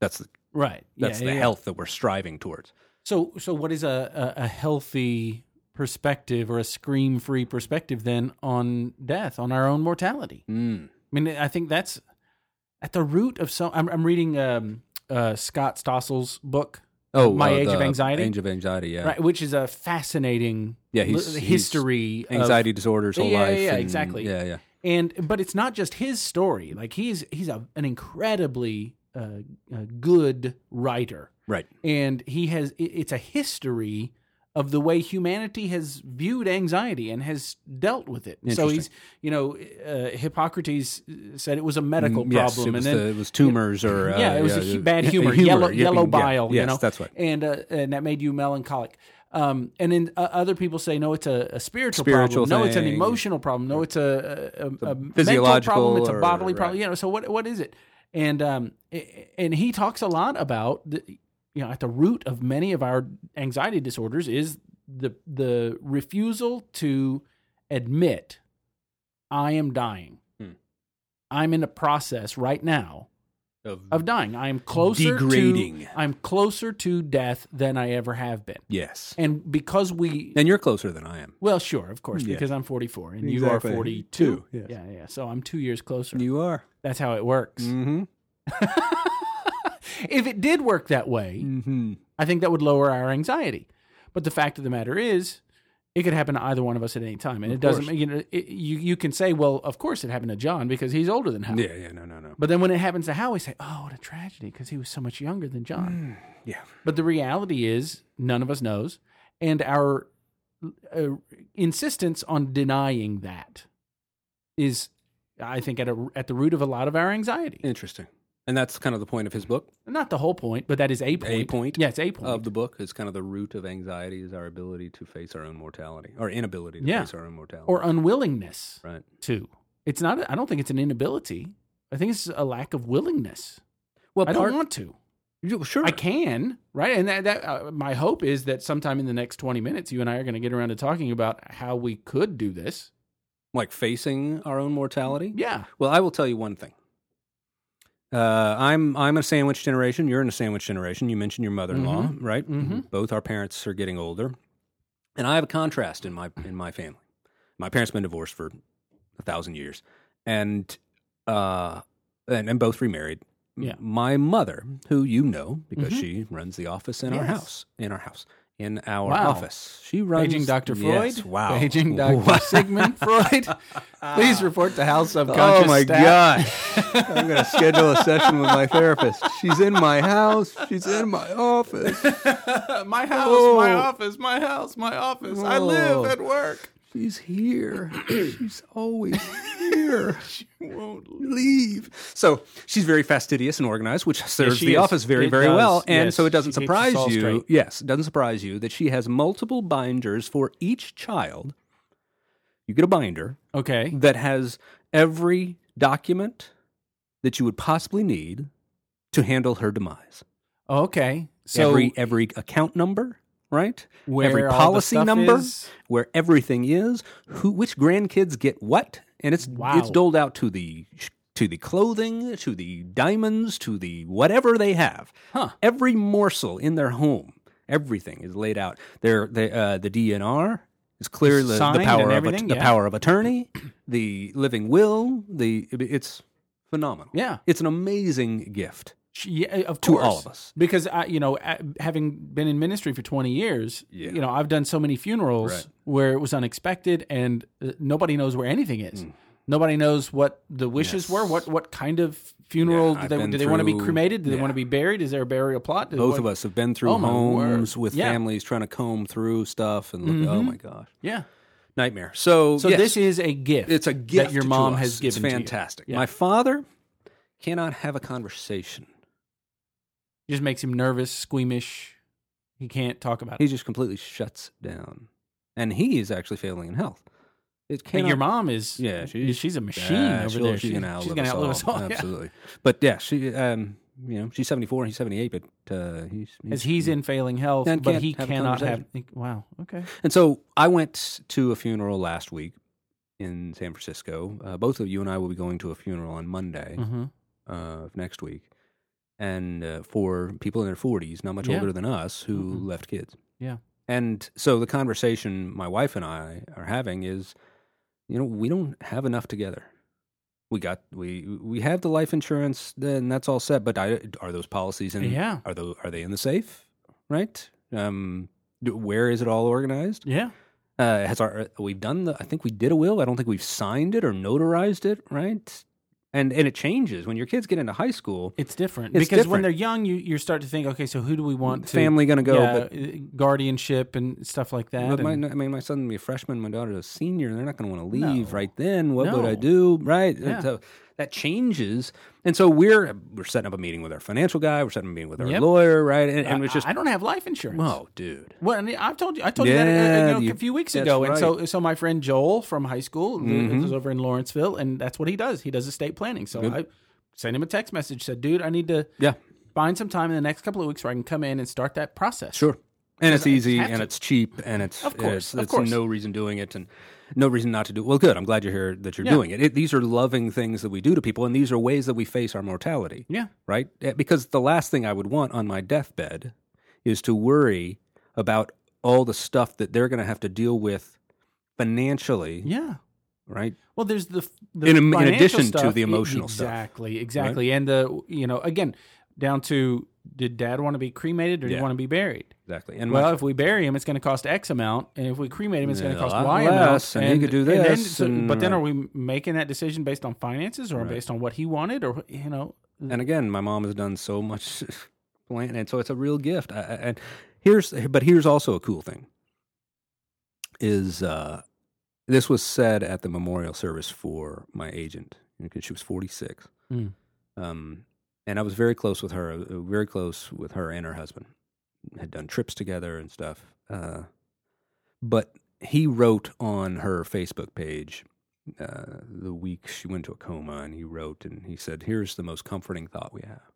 [SPEAKER 2] That's the,
[SPEAKER 1] Right. Yeah,
[SPEAKER 2] that's
[SPEAKER 1] yeah,
[SPEAKER 2] the
[SPEAKER 1] yeah.
[SPEAKER 2] health that we're striving towards.
[SPEAKER 1] So so what is a, a, a healthy perspective or a scream free perspective then on death, on our own mortality?
[SPEAKER 2] Mm.
[SPEAKER 1] I mean, I think that's at the root of some. I'm, I'm reading um, uh, Scott Stossel's book,
[SPEAKER 2] Oh,
[SPEAKER 1] My
[SPEAKER 2] uh,
[SPEAKER 1] Age of
[SPEAKER 2] the
[SPEAKER 1] Anxiety?
[SPEAKER 2] Age of anxiety, yeah.
[SPEAKER 1] right, which is a fascinating
[SPEAKER 2] Yeah, he's-
[SPEAKER 1] li-
[SPEAKER 2] he's
[SPEAKER 1] history of-
[SPEAKER 2] Anxiety disorders, whole
[SPEAKER 1] Yeah, yeah,
[SPEAKER 2] life.
[SPEAKER 1] yeah,
[SPEAKER 2] and-
[SPEAKER 1] exactly.
[SPEAKER 2] Yeah, yeah.
[SPEAKER 1] and but it's not just his story. Like he's he's a, an incredibly uh, uh, good writer,
[SPEAKER 2] Right.
[SPEAKER 1] and he has it- it's a history of the way humanity has viewed anxiety and has dealt with it. So
[SPEAKER 2] Interesting.
[SPEAKER 1] he's you know uh, Hippocrates said it was a medical
[SPEAKER 2] Mm, yes,
[SPEAKER 1] problem,
[SPEAKER 2] it was,
[SPEAKER 1] and then
[SPEAKER 2] the- it was tumors or. Uh,
[SPEAKER 1] yeah, it was a hu- bad
[SPEAKER 2] yeah,
[SPEAKER 1] humor, yellow,
[SPEAKER 2] yeah,
[SPEAKER 1] yellow
[SPEAKER 2] yeah,
[SPEAKER 1] bile,
[SPEAKER 2] yes,
[SPEAKER 1] you know,
[SPEAKER 2] that's right.
[SPEAKER 1] and uh, and that made you melancholic. Um, and then uh, other people say, no, it's a, a spiritual,
[SPEAKER 2] Spiritual
[SPEAKER 1] problem. No, it's an
[SPEAKER 2] thing.
[SPEAKER 1] emotional problem. No, it's a, a, a, a mental
[SPEAKER 2] physiological
[SPEAKER 1] problem. It's a
[SPEAKER 2] or-
[SPEAKER 1] bodily
[SPEAKER 2] right.
[SPEAKER 1] problem. You know, so what what is it? And um, a- and he talks a lot about the, you know at the root of many of our anxiety disorders is the the refusal to admit I am dying.
[SPEAKER 2] Hmm.
[SPEAKER 1] I'm in a process right now of dying. I am closer
[SPEAKER 2] Degrading.
[SPEAKER 1] to I'm closer to death than I ever have been.
[SPEAKER 2] yes.
[SPEAKER 1] And because we
[SPEAKER 2] And you're closer than I am.
[SPEAKER 1] well, sure, of course,
[SPEAKER 2] Yeah.
[SPEAKER 1] because I'm 44 and
[SPEAKER 2] Exactly.
[SPEAKER 1] you are 42.
[SPEAKER 2] Two, yes.
[SPEAKER 1] Yeah, yeah. So I'm 2 years closer.
[SPEAKER 2] You are.
[SPEAKER 1] That's how it works.
[SPEAKER 2] Mm-hmm.
[SPEAKER 1] If it did work that way,
[SPEAKER 2] Mm-hmm.
[SPEAKER 1] I think that would lower our anxiety. But the fact of the matter is, it could happen to either one of us at any time, and it doesn't. You know, it, you you can say, well, of course it happened to John because he's older than Howie.
[SPEAKER 2] Yeah, yeah, no, no, no.
[SPEAKER 1] But then when it happens to Howie, say, oh, what a tragedy because he was so much younger than John.
[SPEAKER 2] Yeah.
[SPEAKER 1] But the reality is, none of us knows. And our uh, insistence on denying that is, I think, at, a, at the root of a lot of our anxiety.
[SPEAKER 2] Interesting. And that's kind of the point of his book.
[SPEAKER 1] Not the whole point, but that is a point.
[SPEAKER 2] point.
[SPEAKER 1] Yeah, it's a point.
[SPEAKER 2] Of the book is kind of the root of anxiety is our ability to face our own mortality, our inability to
[SPEAKER 1] Yeah.
[SPEAKER 2] face our own mortality.
[SPEAKER 1] or unwillingness
[SPEAKER 2] right.
[SPEAKER 1] to. It's not, I don't think it's an inability. I think it's a lack of willingness.
[SPEAKER 2] Well,
[SPEAKER 1] I don't want to.
[SPEAKER 2] sure.
[SPEAKER 1] I can, right? And that, that uh, my hope is that sometime in the next 20 minutes, you and I are going to get around to talking about how we could do this.
[SPEAKER 2] like facing our own mortality.
[SPEAKER 1] Yeah.
[SPEAKER 2] Well, I will tell you one thing. Uh, I'm I'm a sandwich generation. You're in a sandwich generation. You mentioned your mother-in-law, right?
[SPEAKER 1] Mhm.
[SPEAKER 2] Both our parents are getting older, and I have a contrast in my in my family. My parents have been divorced for a thousand years, and uh, and, and both remarried. M-
[SPEAKER 1] Yeah.
[SPEAKER 2] My mother, who you know because
[SPEAKER 1] Mhm.
[SPEAKER 2] she runs the office in our
[SPEAKER 1] Yes.
[SPEAKER 2] house, in our house, in our
[SPEAKER 1] Wow.
[SPEAKER 2] office. She runs
[SPEAKER 1] Paging Dr. Freud.
[SPEAKER 2] Yes, wow.
[SPEAKER 1] Paging Dr. Sigmund Freud. Please report to House Subconscious.
[SPEAKER 2] oh my
[SPEAKER 1] staff.
[SPEAKER 2] gosh. I'm going to schedule a session with my therapist. She's in my house. She's in my office.
[SPEAKER 1] My house, my
[SPEAKER 2] Oh.
[SPEAKER 1] office, my house, my office. I live
[SPEAKER 2] Oh.
[SPEAKER 1] at work.
[SPEAKER 2] She's here. She's always here. she won't leave. So she's very fastidious and organized, which serves
[SPEAKER 1] she
[SPEAKER 2] the
[SPEAKER 1] is.
[SPEAKER 2] office very,
[SPEAKER 1] It
[SPEAKER 2] very
[SPEAKER 1] does.
[SPEAKER 2] well. And
[SPEAKER 1] Yes,
[SPEAKER 2] so it doesn't
[SPEAKER 1] she keeps us
[SPEAKER 2] surprise
[SPEAKER 1] all
[SPEAKER 2] you.
[SPEAKER 1] straight.
[SPEAKER 2] Yes, it doesn't surprise you that she has multiple binders for each child. You get a binder
[SPEAKER 1] Okay.
[SPEAKER 2] that has every document that you would possibly need to handle her demise.
[SPEAKER 1] Okay. So
[SPEAKER 2] every every account number, right?
[SPEAKER 1] where
[SPEAKER 2] every
[SPEAKER 1] all the
[SPEAKER 2] policy
[SPEAKER 1] stuff
[SPEAKER 2] number,
[SPEAKER 1] is?
[SPEAKER 2] where everything is, who which grandkids get what, and it's
[SPEAKER 1] Wow.
[SPEAKER 2] it's doled out to the to the clothing, to the diamonds, to the whatever they have.
[SPEAKER 1] Huh.
[SPEAKER 2] Every morsel in their home, everything is laid out. Their the uh, the DNR is clear the, the
[SPEAKER 1] Signed
[SPEAKER 2] power
[SPEAKER 1] and
[SPEAKER 2] of
[SPEAKER 1] everything,
[SPEAKER 2] the
[SPEAKER 1] yeah.
[SPEAKER 2] power of attorney, the living will, the it's phenomenal.
[SPEAKER 1] Yeah.
[SPEAKER 2] It's an amazing gift.
[SPEAKER 1] Sh- Yeah, of
[SPEAKER 2] To all
[SPEAKER 1] course.
[SPEAKER 2] of us.
[SPEAKER 1] Because I, you know, a- having been in ministry for 20 years,
[SPEAKER 2] Yeah.
[SPEAKER 1] you know, I've done so many funerals
[SPEAKER 2] Right.
[SPEAKER 1] where it was unexpected and uh, nobody knows where anything is. Nobody knows what the wishes
[SPEAKER 2] Mm. Yes.
[SPEAKER 1] were, what what kind of funeral
[SPEAKER 2] Yeah,
[SPEAKER 1] do
[SPEAKER 2] I've
[SPEAKER 1] they,
[SPEAKER 2] been
[SPEAKER 1] do they want to be
[SPEAKER 2] through-
[SPEAKER 1] cremated? Do they want to
[SPEAKER 2] yeah.
[SPEAKER 1] be buried? Is there a burial plot? Do they
[SPEAKER 2] Both
[SPEAKER 1] want-
[SPEAKER 2] of us have been through
[SPEAKER 1] Oh, my word.
[SPEAKER 2] homes with
[SPEAKER 1] Yeah. Mm-hmm.
[SPEAKER 2] families trying to comb through stuff and look, oh my gosh,
[SPEAKER 1] Yeah.
[SPEAKER 2] nightmare. So,
[SPEAKER 1] So
[SPEAKER 2] yes,
[SPEAKER 1] this is a gift.
[SPEAKER 2] it's a gift
[SPEAKER 1] that your
[SPEAKER 2] to
[SPEAKER 1] mom
[SPEAKER 2] us.
[SPEAKER 1] has given
[SPEAKER 2] It's
[SPEAKER 1] to you.
[SPEAKER 2] fantastic.
[SPEAKER 1] Yeah.
[SPEAKER 2] My father cannot have a conversation.
[SPEAKER 1] It just makes him nervous, squeamish. He can't talk about
[SPEAKER 2] He
[SPEAKER 1] it.
[SPEAKER 2] just completely shuts down, and he is actually failing in health. It
[SPEAKER 1] And
[SPEAKER 2] cannot.
[SPEAKER 1] your mom is
[SPEAKER 2] Yeah,
[SPEAKER 1] she's,
[SPEAKER 2] she's-
[SPEAKER 1] a machine
[SPEAKER 2] Yeah,
[SPEAKER 1] over
[SPEAKER 2] she'll-
[SPEAKER 1] there.
[SPEAKER 2] She's
[SPEAKER 1] She-
[SPEAKER 2] gonna outlive,
[SPEAKER 1] she's gonna outlive us all. yeah.
[SPEAKER 2] Absolutely. But yeah, she, um, you know, she's seventy four and he's seventy eight, but uh, he's,
[SPEAKER 1] As he's in failing health,
[SPEAKER 2] And
[SPEAKER 1] but
[SPEAKER 2] can't
[SPEAKER 1] he
[SPEAKER 2] have a
[SPEAKER 1] cannot have. Wow. Okay.
[SPEAKER 2] And so I went to a funeral last week in San Francisco. Uh, both of you and I will be going to a funeral on Monday
[SPEAKER 1] Mm-hmm.
[SPEAKER 2] uh, of next week, and uh, for people in their forties, not much
[SPEAKER 1] Yeah. Mm-hmm.
[SPEAKER 2] older than us, who left kids.
[SPEAKER 1] Yeah.
[SPEAKER 2] And so the conversation my wife and I are having is, you know, we don't have enough together. We got we we have the life insurance, then that's all set. But I, are those policies in?
[SPEAKER 1] Yeah.
[SPEAKER 2] Are those are they in the safe? Right. Um. d- Where is it all organized?
[SPEAKER 1] Yeah.
[SPEAKER 2] uh, has our we've done the I think we did a will. I don't think we've signed it or notarized it, right? And and it changes when your kids get into high school.
[SPEAKER 1] It's different
[SPEAKER 2] It's
[SPEAKER 1] because when
[SPEAKER 2] different.
[SPEAKER 1] they're young, you you start to think, okay, so who do we want to
[SPEAKER 2] Family going to go,
[SPEAKER 1] yeah,
[SPEAKER 2] but,
[SPEAKER 1] uh, guardianship and stuff like that.
[SPEAKER 2] but my,
[SPEAKER 1] and-
[SPEAKER 2] I mean my son will be a freshman, my daughter's a senior. They're not going to want to leave
[SPEAKER 1] No.
[SPEAKER 2] right then. What would I
[SPEAKER 1] No.
[SPEAKER 2] do, right? And
[SPEAKER 1] Yeah.
[SPEAKER 2] So that changes, and so we're we're setting up a meeting with our financial guy. We're setting up a meeting with our
[SPEAKER 1] Yep.
[SPEAKER 2] lawyer, right? And, and
[SPEAKER 1] I-
[SPEAKER 2] it's just
[SPEAKER 1] I don't have life insurance.
[SPEAKER 2] whoa, dude.
[SPEAKER 1] Well, I, mean, I told you, I told you that
[SPEAKER 2] Yeah,
[SPEAKER 1] uh, uh, you know,
[SPEAKER 2] you-
[SPEAKER 1] a few weeks
[SPEAKER 2] that's Mm-hmm.
[SPEAKER 1] ago, and so so my friend Joel from high school mm was over in Lawrenceville, and that's what he does. He does estate planning. So I sent him a text message said, "Dude, I need to
[SPEAKER 2] Yeah,
[SPEAKER 1] find some time in the next couple of weeks where I can come in and start that process."
[SPEAKER 2] Sure. And it's easy
[SPEAKER 1] have
[SPEAKER 2] and
[SPEAKER 1] to.
[SPEAKER 2] it's cheap and it's
[SPEAKER 1] Of course,
[SPEAKER 2] it's,
[SPEAKER 1] of
[SPEAKER 2] it's
[SPEAKER 1] course.
[SPEAKER 2] no reason doing it and no reason not to do it. Well, good. I'm glad you're here that you're
[SPEAKER 1] Yeah.
[SPEAKER 2] doing it. it. These are loving things that we do to people and these are ways that we face our mortality,
[SPEAKER 1] Yeah.
[SPEAKER 2] right? Eh, Because the last thing I would want on my deathbed is to worry about all the stuff that they're going to have to deal with financially,
[SPEAKER 1] Yeah.
[SPEAKER 2] right?
[SPEAKER 1] Well, there's the, f- the
[SPEAKER 2] In am- in
[SPEAKER 1] financial
[SPEAKER 2] addition to
[SPEAKER 1] stuff.
[SPEAKER 2] the
[SPEAKER 1] E-
[SPEAKER 2] emotional stuff.
[SPEAKER 1] exactly, Exactly, and the you know again down to did Dad want to be cremated or did he
[SPEAKER 2] Yeah.
[SPEAKER 1] want to be buried?
[SPEAKER 2] Exactly. And
[SPEAKER 1] Well, if we bury him, it's going to cost X amount, and if we cremate him, it's going to
[SPEAKER 2] Yeah,
[SPEAKER 1] cost
[SPEAKER 2] a lot
[SPEAKER 1] Y
[SPEAKER 2] less,
[SPEAKER 1] amount.
[SPEAKER 2] and he could do
[SPEAKER 1] then-
[SPEAKER 2] this,
[SPEAKER 1] so- but
[SPEAKER 2] and-
[SPEAKER 1] then,
[SPEAKER 2] right.
[SPEAKER 1] are we making that decision based on finances or based on what he wanted, or you know?
[SPEAKER 2] my, and again, my mom has done so much planning, and so it's a real gift. I, I, and here's but here's also a cool thing. is uh, this was said at the memorial service for my agent because she was 46
[SPEAKER 1] Mm.
[SPEAKER 2] um, and i was very close with her uh, very close with her and her husband had done trips together and stuff uh, but he wrote on her facebook page uh, the week she went to a coma and he wrote and he said here's the most comforting thought we have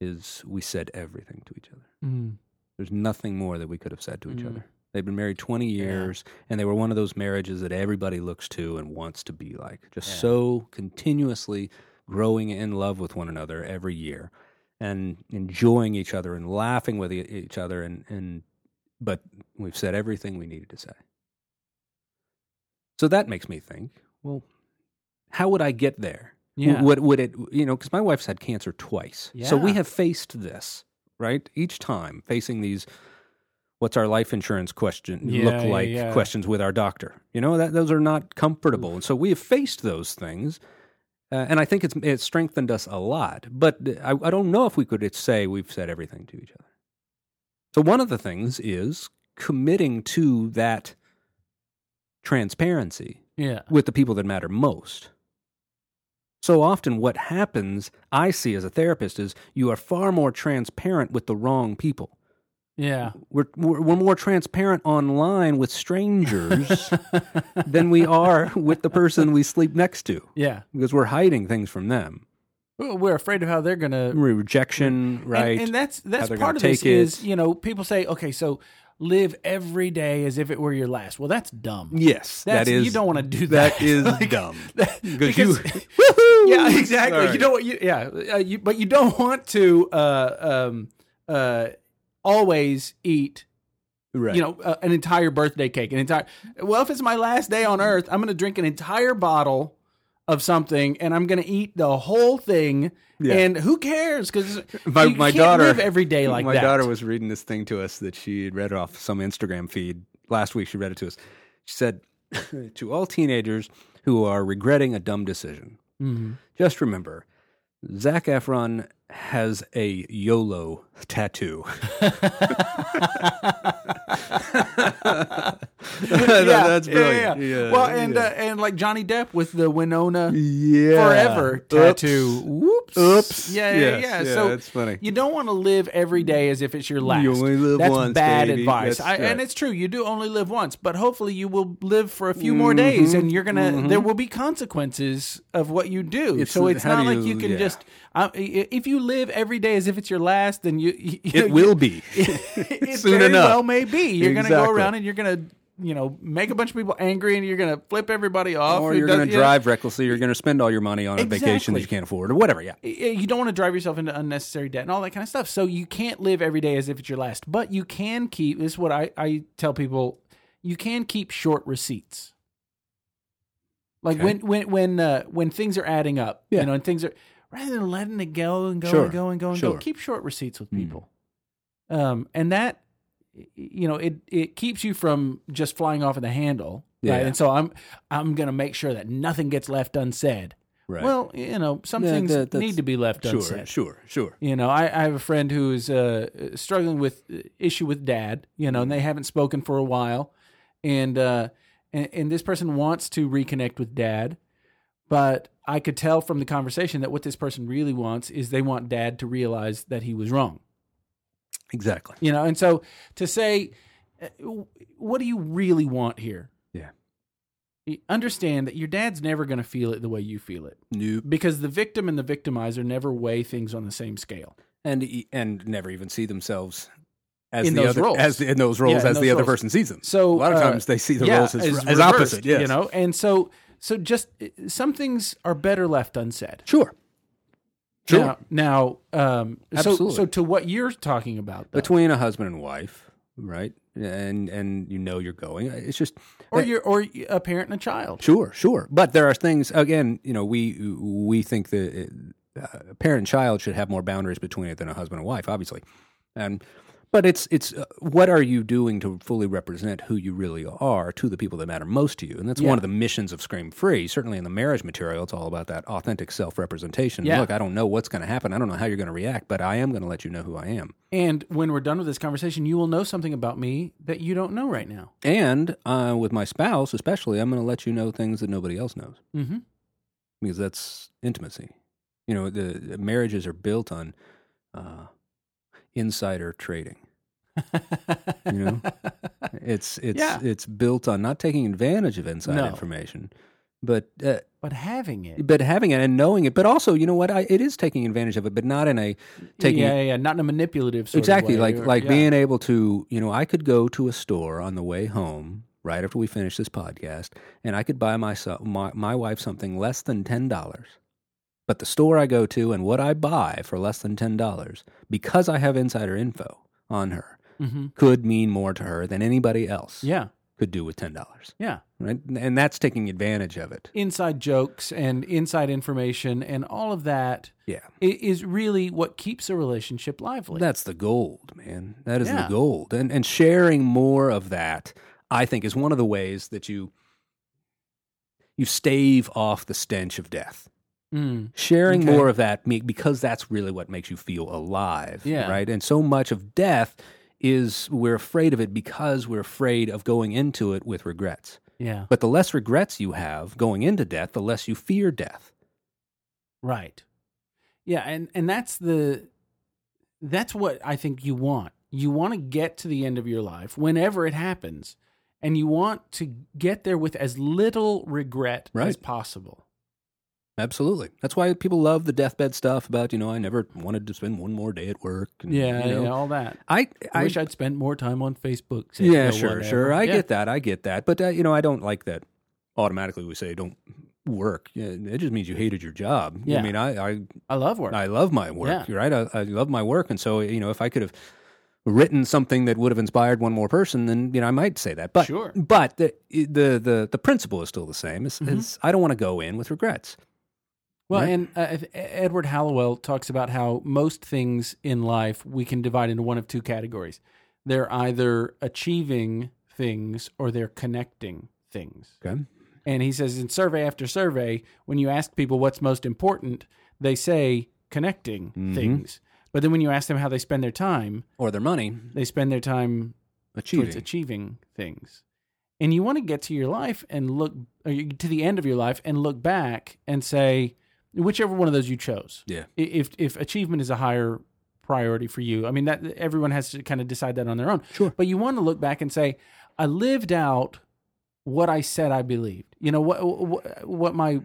[SPEAKER 2] is we said everything to each other
[SPEAKER 1] Mm,
[SPEAKER 2] there's nothing more that we could have said to each
[SPEAKER 1] Mm.
[SPEAKER 2] other. They've been married 20 years, and they were one of those marriages that everybody looks to and wants to be like, just
[SPEAKER 1] Yeah.
[SPEAKER 2] so continuously growing in love with one another every year and enjoying each other and laughing with e- each other. And, and but we've said everything we needed to say. So that makes me think, well, how would I get there?
[SPEAKER 1] Yeah.
[SPEAKER 2] Would, would it, you know, because my wife's had cancer twice. So we
[SPEAKER 1] Yeah.
[SPEAKER 2] have faced this, right? Each time facing these what's our life insurance question
[SPEAKER 1] Yeah,
[SPEAKER 2] look
[SPEAKER 1] yeah,
[SPEAKER 2] like
[SPEAKER 1] yeah.
[SPEAKER 2] questions with our doctor. You know, that those are not comfortable. And so we have faced those things. Uh, and I think it's it's strengthened us a lot, but uh, I, I don't know if we could say we've said everything to each other. So one of the things is committing to that transparency
[SPEAKER 1] Yeah.
[SPEAKER 2] with the people that matter most. So often, what happens, I see as a therapist, is you are far more transparent with the wrong people.
[SPEAKER 1] Yeah.
[SPEAKER 2] We're, we're, we're more transparent online with strangers than we are with the person we sleep next to
[SPEAKER 1] Yeah.
[SPEAKER 2] because we're hiding things from them.
[SPEAKER 1] Well, We're afraid of how they're going to
[SPEAKER 2] Rejection, right?
[SPEAKER 1] And, and that's that's
[SPEAKER 2] they're
[SPEAKER 1] part
[SPEAKER 2] gonna
[SPEAKER 1] of this
[SPEAKER 2] take it.
[SPEAKER 1] is you know people say okay so live every day as if it were your last. Well, that's dumb.
[SPEAKER 2] yes,
[SPEAKER 1] That's,
[SPEAKER 2] that is.
[SPEAKER 1] you don't want to do that.
[SPEAKER 2] that is
[SPEAKER 1] Like,
[SPEAKER 2] dumb.
[SPEAKER 1] that-
[SPEAKER 2] Because you-
[SPEAKER 1] Woohoo! yeah, exactly.
[SPEAKER 2] Sorry.
[SPEAKER 1] You don't. want- You, yeah, uh, you, but you don't want to uh, um, uh, always eat.
[SPEAKER 2] Right.
[SPEAKER 1] You know, uh, an entire birthday cake, an entire. Well, if it's my last day on Earth, I'm going to drink an entire bottle of something, and I'm going to eat the whole thing.
[SPEAKER 2] Yeah.
[SPEAKER 1] And who cares? Because
[SPEAKER 2] my, my daughter
[SPEAKER 1] live every day like
[SPEAKER 2] my
[SPEAKER 1] that.
[SPEAKER 2] daughter was reading this thing to us that she had read off some instagram feed last week she read it to us she said to all teenagers who are regretting a dumb decision
[SPEAKER 1] Mhm.
[SPEAKER 2] just remember zach efron has a yolo tattoo that's
[SPEAKER 1] Yeah,
[SPEAKER 2] brilliant
[SPEAKER 1] yeah, yeah. well, and Uh, and like Johnny Depp with the Winona
[SPEAKER 2] yeah.
[SPEAKER 1] Forever tattoo. Whoops.
[SPEAKER 2] Oops.
[SPEAKER 1] Yeah, yeah,
[SPEAKER 2] Yes,
[SPEAKER 1] yeah.
[SPEAKER 2] yeah,
[SPEAKER 1] So
[SPEAKER 2] that's funny.
[SPEAKER 1] You don't want to live every day as if it's your last.
[SPEAKER 2] only live
[SPEAKER 1] that's
[SPEAKER 2] once,
[SPEAKER 1] bad
[SPEAKER 2] baby.
[SPEAKER 1] advice.
[SPEAKER 2] That's
[SPEAKER 1] I, And
[SPEAKER 2] right.
[SPEAKER 1] it's true. You do only live once, but hopefully you will live for a few
[SPEAKER 2] Mm-hmm,
[SPEAKER 1] more days, and you're gonna. There will be consequences of what you do.
[SPEAKER 2] It's-
[SPEAKER 1] so it's
[SPEAKER 2] how
[SPEAKER 1] not
[SPEAKER 2] do
[SPEAKER 1] like
[SPEAKER 2] you-
[SPEAKER 1] you can
[SPEAKER 2] yeah.
[SPEAKER 1] just. uh, I, if you live every day as if it's your last, then you. you
[SPEAKER 2] it will be
[SPEAKER 1] it
[SPEAKER 2] Soon
[SPEAKER 1] very
[SPEAKER 2] enough.
[SPEAKER 1] well may be. You're going to go
[SPEAKER 2] Exactly.
[SPEAKER 1] around and you're going to, you know, make a bunch of people angry and you're going to flip everybody off.
[SPEAKER 2] or
[SPEAKER 1] who
[SPEAKER 2] you're going
[SPEAKER 1] does-
[SPEAKER 2] to
[SPEAKER 1] you know,
[SPEAKER 2] drive recklessly you're going to spend all your money on a
[SPEAKER 1] Exactly.
[SPEAKER 2] vacation that you can't afford or whatever yeah
[SPEAKER 1] y- You don't want to drive yourself into unnecessary debt and all that kind of stuff. So you can't live every day as if it's your last. But you can keep. This is what I, I tell people. You can keep short receipts. Like
[SPEAKER 2] Okay.
[SPEAKER 1] when when when uh, when things are adding up,
[SPEAKER 2] Yeah.
[SPEAKER 1] you know, and things are rather than letting it go and go
[SPEAKER 2] Sure.
[SPEAKER 1] and go and go and go.
[SPEAKER 2] Sure.
[SPEAKER 1] Keep short receipts with
[SPEAKER 2] Mm.
[SPEAKER 1] people, um, and that y- you know it it keeps you from just flying off of the handle.
[SPEAKER 2] Yeah.
[SPEAKER 1] Right? And so I'm I'm gonna make sure that nothing gets left unsaid.
[SPEAKER 2] right
[SPEAKER 1] Well, you know, some
[SPEAKER 2] Yeah,
[SPEAKER 1] things
[SPEAKER 2] that- that's-
[SPEAKER 1] need to be left
[SPEAKER 2] sure
[SPEAKER 1] unsaid.
[SPEAKER 2] sure sure
[SPEAKER 1] You know, I, I have a friend who is uh, struggling with uh, issue with dad. You know, and they haven't spoken for a while, and uh, and, and this person wants to reconnect with dad, but I could tell from the conversation that what this person really wants is they want dad to realize that he was wrong.
[SPEAKER 2] exactly
[SPEAKER 1] You know, and so to say, uh, w- what do you really want here?
[SPEAKER 2] Yeah.
[SPEAKER 1] Y- Understand that your dad's never going to feel it the way you feel it
[SPEAKER 2] Nope.
[SPEAKER 1] because the victim and the victimizer never weigh things on the same scale.
[SPEAKER 2] And e- and never even see themselves as
[SPEAKER 1] In
[SPEAKER 2] the
[SPEAKER 1] those
[SPEAKER 2] other
[SPEAKER 1] roles.
[SPEAKER 2] as the, in those roles
[SPEAKER 1] Yeah, in
[SPEAKER 2] as
[SPEAKER 1] those
[SPEAKER 2] the other
[SPEAKER 1] roles.
[SPEAKER 2] person sees them.
[SPEAKER 1] So
[SPEAKER 2] a lot of
[SPEAKER 1] uh,
[SPEAKER 2] times they see the
[SPEAKER 1] yeah,
[SPEAKER 2] roles as, as,
[SPEAKER 1] reversed,
[SPEAKER 2] opposite. Yes.
[SPEAKER 1] you know, and so so just uh, some things are better left unsaid.
[SPEAKER 2] Sure. Sure.
[SPEAKER 1] Now, now um, so
[SPEAKER 2] Absolutely.
[SPEAKER 1] so to what you're talking about, though,
[SPEAKER 2] Between a husband and wife, right? And and you know you're going. It's just
[SPEAKER 1] or you or a parent and a child.
[SPEAKER 2] Sure, sure. But there are things again. You know, we we think that uh, parent and child should have more boundaries between it than a husband and wife, obviously. And but it's it's uh, what are you doing to fully represent who you really are to the people that matter most to you? And that's
[SPEAKER 1] Yeah.
[SPEAKER 2] one of the missions of Scream Free. Certainly in the marriage material, it's all about that authentic self representation.
[SPEAKER 1] Yeah.
[SPEAKER 2] Look, I don't know what's going to happen. I don't know how you're going to react, but I am going to let you know who I am.
[SPEAKER 1] And when we're done with this conversation, you will know something about me that you don't know right now.
[SPEAKER 2] And uh, with my spouse, especially, I'm going to let you know things that nobody else knows.
[SPEAKER 1] Mm-hmm.
[SPEAKER 2] because that's intimacy. You know, the, the marriages are built on uh, insider trading. You know, it's it's
[SPEAKER 1] Yeah.
[SPEAKER 2] it's built on not taking advantage of inside
[SPEAKER 1] No.
[SPEAKER 2] information, but uh,
[SPEAKER 1] but having it,
[SPEAKER 2] but having it and knowing it. But also, you know what? I, it is taking advantage of it, but not in a taking
[SPEAKER 1] yeah, yeah, yeah, not in a manipulative sort
[SPEAKER 2] exactly
[SPEAKER 1] of way,
[SPEAKER 2] like
[SPEAKER 1] or-
[SPEAKER 2] like
[SPEAKER 1] yeah.
[SPEAKER 2] being able to you know i could go to a store on the way home right after we finish this podcast and i could buy myself my, my wife something less than ten dollars but the store i go to and what i buy for less than ten dollars because i have insider info on her
[SPEAKER 1] Mhm.
[SPEAKER 2] could mean more to her than anybody else
[SPEAKER 1] yeah,
[SPEAKER 2] could do with ten dollars,
[SPEAKER 1] Yeah.
[SPEAKER 2] right? And that's taking advantage of it.
[SPEAKER 1] Inside jokes and inside information and all of that
[SPEAKER 2] Yeah,
[SPEAKER 1] i- is really what keeps a relationship lively.
[SPEAKER 2] that's the gold, man. That is
[SPEAKER 1] Yeah.
[SPEAKER 2] the gold, and and sharing more of that, I think, is one of the ways that you you stave off the stench of death.
[SPEAKER 1] Mm.
[SPEAKER 2] sharing
[SPEAKER 1] Okay.
[SPEAKER 2] more of that me- because that's really what makes you feel alive
[SPEAKER 1] Yeah.
[SPEAKER 2] right and so much of death is we're afraid of it because we're afraid of going into it with regrets
[SPEAKER 1] Yeah.
[SPEAKER 2] but the less regrets you have going into death the less you fear death
[SPEAKER 1] Right. Yeah, and and that's the that's what I think you want. You want to get to the end of your life whenever it happens, and you want to get there with as little regret as
[SPEAKER 2] Right.
[SPEAKER 1] possible.
[SPEAKER 2] absolutely that's why people love the deathbed stuff about you know i never wanted to spend one more day at work and,
[SPEAKER 1] Yeah,
[SPEAKER 2] you know.
[SPEAKER 1] yeah, all that.
[SPEAKER 2] i
[SPEAKER 1] I,
[SPEAKER 2] i
[SPEAKER 1] wish I'd spent more time on Facebook. said
[SPEAKER 2] yeah
[SPEAKER 1] no
[SPEAKER 2] sure
[SPEAKER 1] whatever.
[SPEAKER 2] sure i
[SPEAKER 1] Yeah.
[SPEAKER 2] get that i get that but uh, you know i don't like that automatically we say don't work Yeah, it just means you hated your job
[SPEAKER 1] Yeah.
[SPEAKER 2] i mean i, I
[SPEAKER 1] I love work.
[SPEAKER 2] I love my work, right? I, I love my work, and so you know, if I could have written something that would have inspired one more person, then you know, I might say that. But
[SPEAKER 1] Sure.
[SPEAKER 2] but the the the, the principle is still the same. Is,
[SPEAKER 1] Mm-hmm.
[SPEAKER 2] is I don't want to go in with regrets.
[SPEAKER 1] Well,
[SPEAKER 2] Right.
[SPEAKER 1] and uh, if- Edward Hallowell talks about how most things in life we can divide into one of two categories. They're either achieving things or they're connecting things.
[SPEAKER 2] Okay,
[SPEAKER 1] And he says in survey after survey, when you ask people what's most important, they say connecting
[SPEAKER 2] Mhm.
[SPEAKER 1] things. But then when you ask them how they spend their time,
[SPEAKER 2] or their money
[SPEAKER 1] they spend their time towards
[SPEAKER 2] achieving.
[SPEAKER 1] achieving things. And you want to get to your life and look or you- to the end of your life and look back and say, whichever one of those you chose.
[SPEAKER 2] Yeah.
[SPEAKER 1] I- If if achievement is a higher priority for you, I mean that everyone has to kind of decide that on their own.
[SPEAKER 2] Sure.
[SPEAKER 1] But you want to look back and say, I lived out what I said I believed. You know what what, what my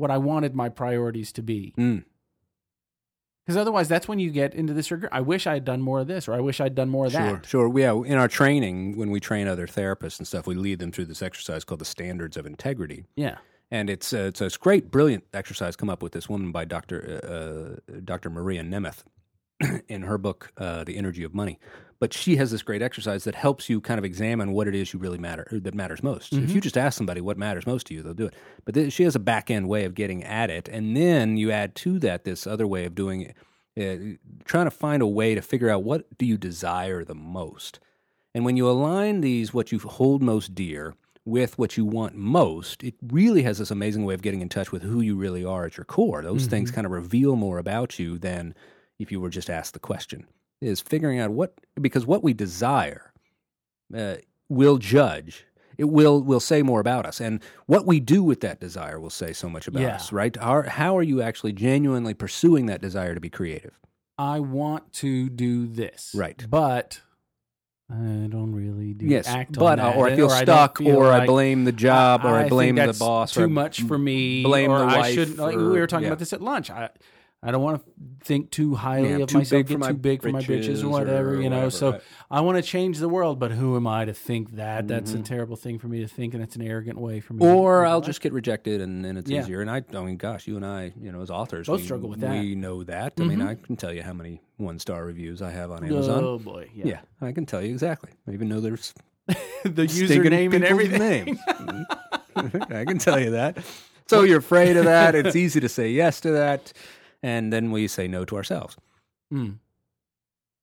[SPEAKER 1] what I wanted my priorities to be.
[SPEAKER 2] Mm.
[SPEAKER 1] Because otherwise, that's when you get into this regret. I wish I had done more of this, or I wish I'd done more of
[SPEAKER 2] Sure,
[SPEAKER 1] that.
[SPEAKER 2] sure. Yeah, in our training, when we train other therapists and stuff, we lead them through this exercise called the standards of integrity.
[SPEAKER 1] Yeah.
[SPEAKER 2] and it's uh, it's a great, brilliant exercise come up with this woman by Doctor uh, Doctor Maria Nemeth in her book uh, The Energy of Money. But she has this great exercise that helps you kind of examine what it is you really matter uh, that matters most.
[SPEAKER 1] Mm-hmm.
[SPEAKER 2] If you just ask somebody what matters most to you, they'll do it. But th- she has a back end way of getting at it, and then you add to that this other way of doing it, uh, trying to find a way to figure out what do you desire the most. And when you align these, what you hold most dear, with what you want most, it really has this amazing way of getting in touch with who you really are at your core. Those things kind of reveal more about you than if you were just asked the question. Is figuring out what, because what we desire uh, will judge. It will will say more about us, and what we do with that desire will say so much about
[SPEAKER 1] Yeah.
[SPEAKER 2] us, right? Our, how are you actually genuinely pursuing that desire to be creative?
[SPEAKER 1] I want to do this.
[SPEAKER 2] Right.
[SPEAKER 1] But I don't really do
[SPEAKER 2] yes,
[SPEAKER 1] act
[SPEAKER 2] but uh,
[SPEAKER 1] on that.
[SPEAKER 2] or I feel
[SPEAKER 1] don't
[SPEAKER 2] stuck,
[SPEAKER 1] feel
[SPEAKER 2] or I
[SPEAKER 1] like-
[SPEAKER 2] blame the job, or I,
[SPEAKER 1] think
[SPEAKER 2] blame the
[SPEAKER 1] that's
[SPEAKER 2] boss,
[SPEAKER 1] Too
[SPEAKER 2] or mm, I
[SPEAKER 1] much for me.
[SPEAKER 2] blame
[SPEAKER 1] or
[SPEAKER 2] the
[SPEAKER 1] I
[SPEAKER 2] wife
[SPEAKER 1] shouldn't. Like, we
[SPEAKER 2] or-
[SPEAKER 1] were talking
[SPEAKER 2] yeah.
[SPEAKER 1] about this at lunch. I, I don't want to think too highly
[SPEAKER 2] Yeah,
[SPEAKER 1] of
[SPEAKER 2] too
[SPEAKER 1] myself.
[SPEAKER 2] big for
[SPEAKER 1] Get
[SPEAKER 2] my
[SPEAKER 1] too big for my bitches
[SPEAKER 2] britches
[SPEAKER 1] or whatever,
[SPEAKER 2] or
[SPEAKER 1] you know.
[SPEAKER 2] whatever,
[SPEAKER 1] so
[SPEAKER 2] right.
[SPEAKER 1] I want to change the world, but who am I to think that? That's a terrible thing for me to think, and it's an arrogant way for me.
[SPEAKER 2] Mm-hmm. or
[SPEAKER 1] to,
[SPEAKER 2] I'll just get rejected and then it's
[SPEAKER 1] Yeah.
[SPEAKER 2] easier. And I, I mean, gosh, you and I, you know, as authors,
[SPEAKER 1] Both
[SPEAKER 2] we,
[SPEAKER 1] struggle with that.
[SPEAKER 2] We know that. Mm-hmm. I mean, I can tell you how many one star reviews I have on Amazon.
[SPEAKER 1] Oh boy, yeah.
[SPEAKER 2] yeah. I can tell you exactly. I even know there's
[SPEAKER 1] the
[SPEAKER 2] stinking
[SPEAKER 1] username and
[SPEAKER 2] people's
[SPEAKER 1] everything.
[SPEAKER 2] Names. Mm-hmm. I can tell you that. So you're afraid of that. It's easy to say yes to that, and then we say no to ourselves,
[SPEAKER 1] Mm.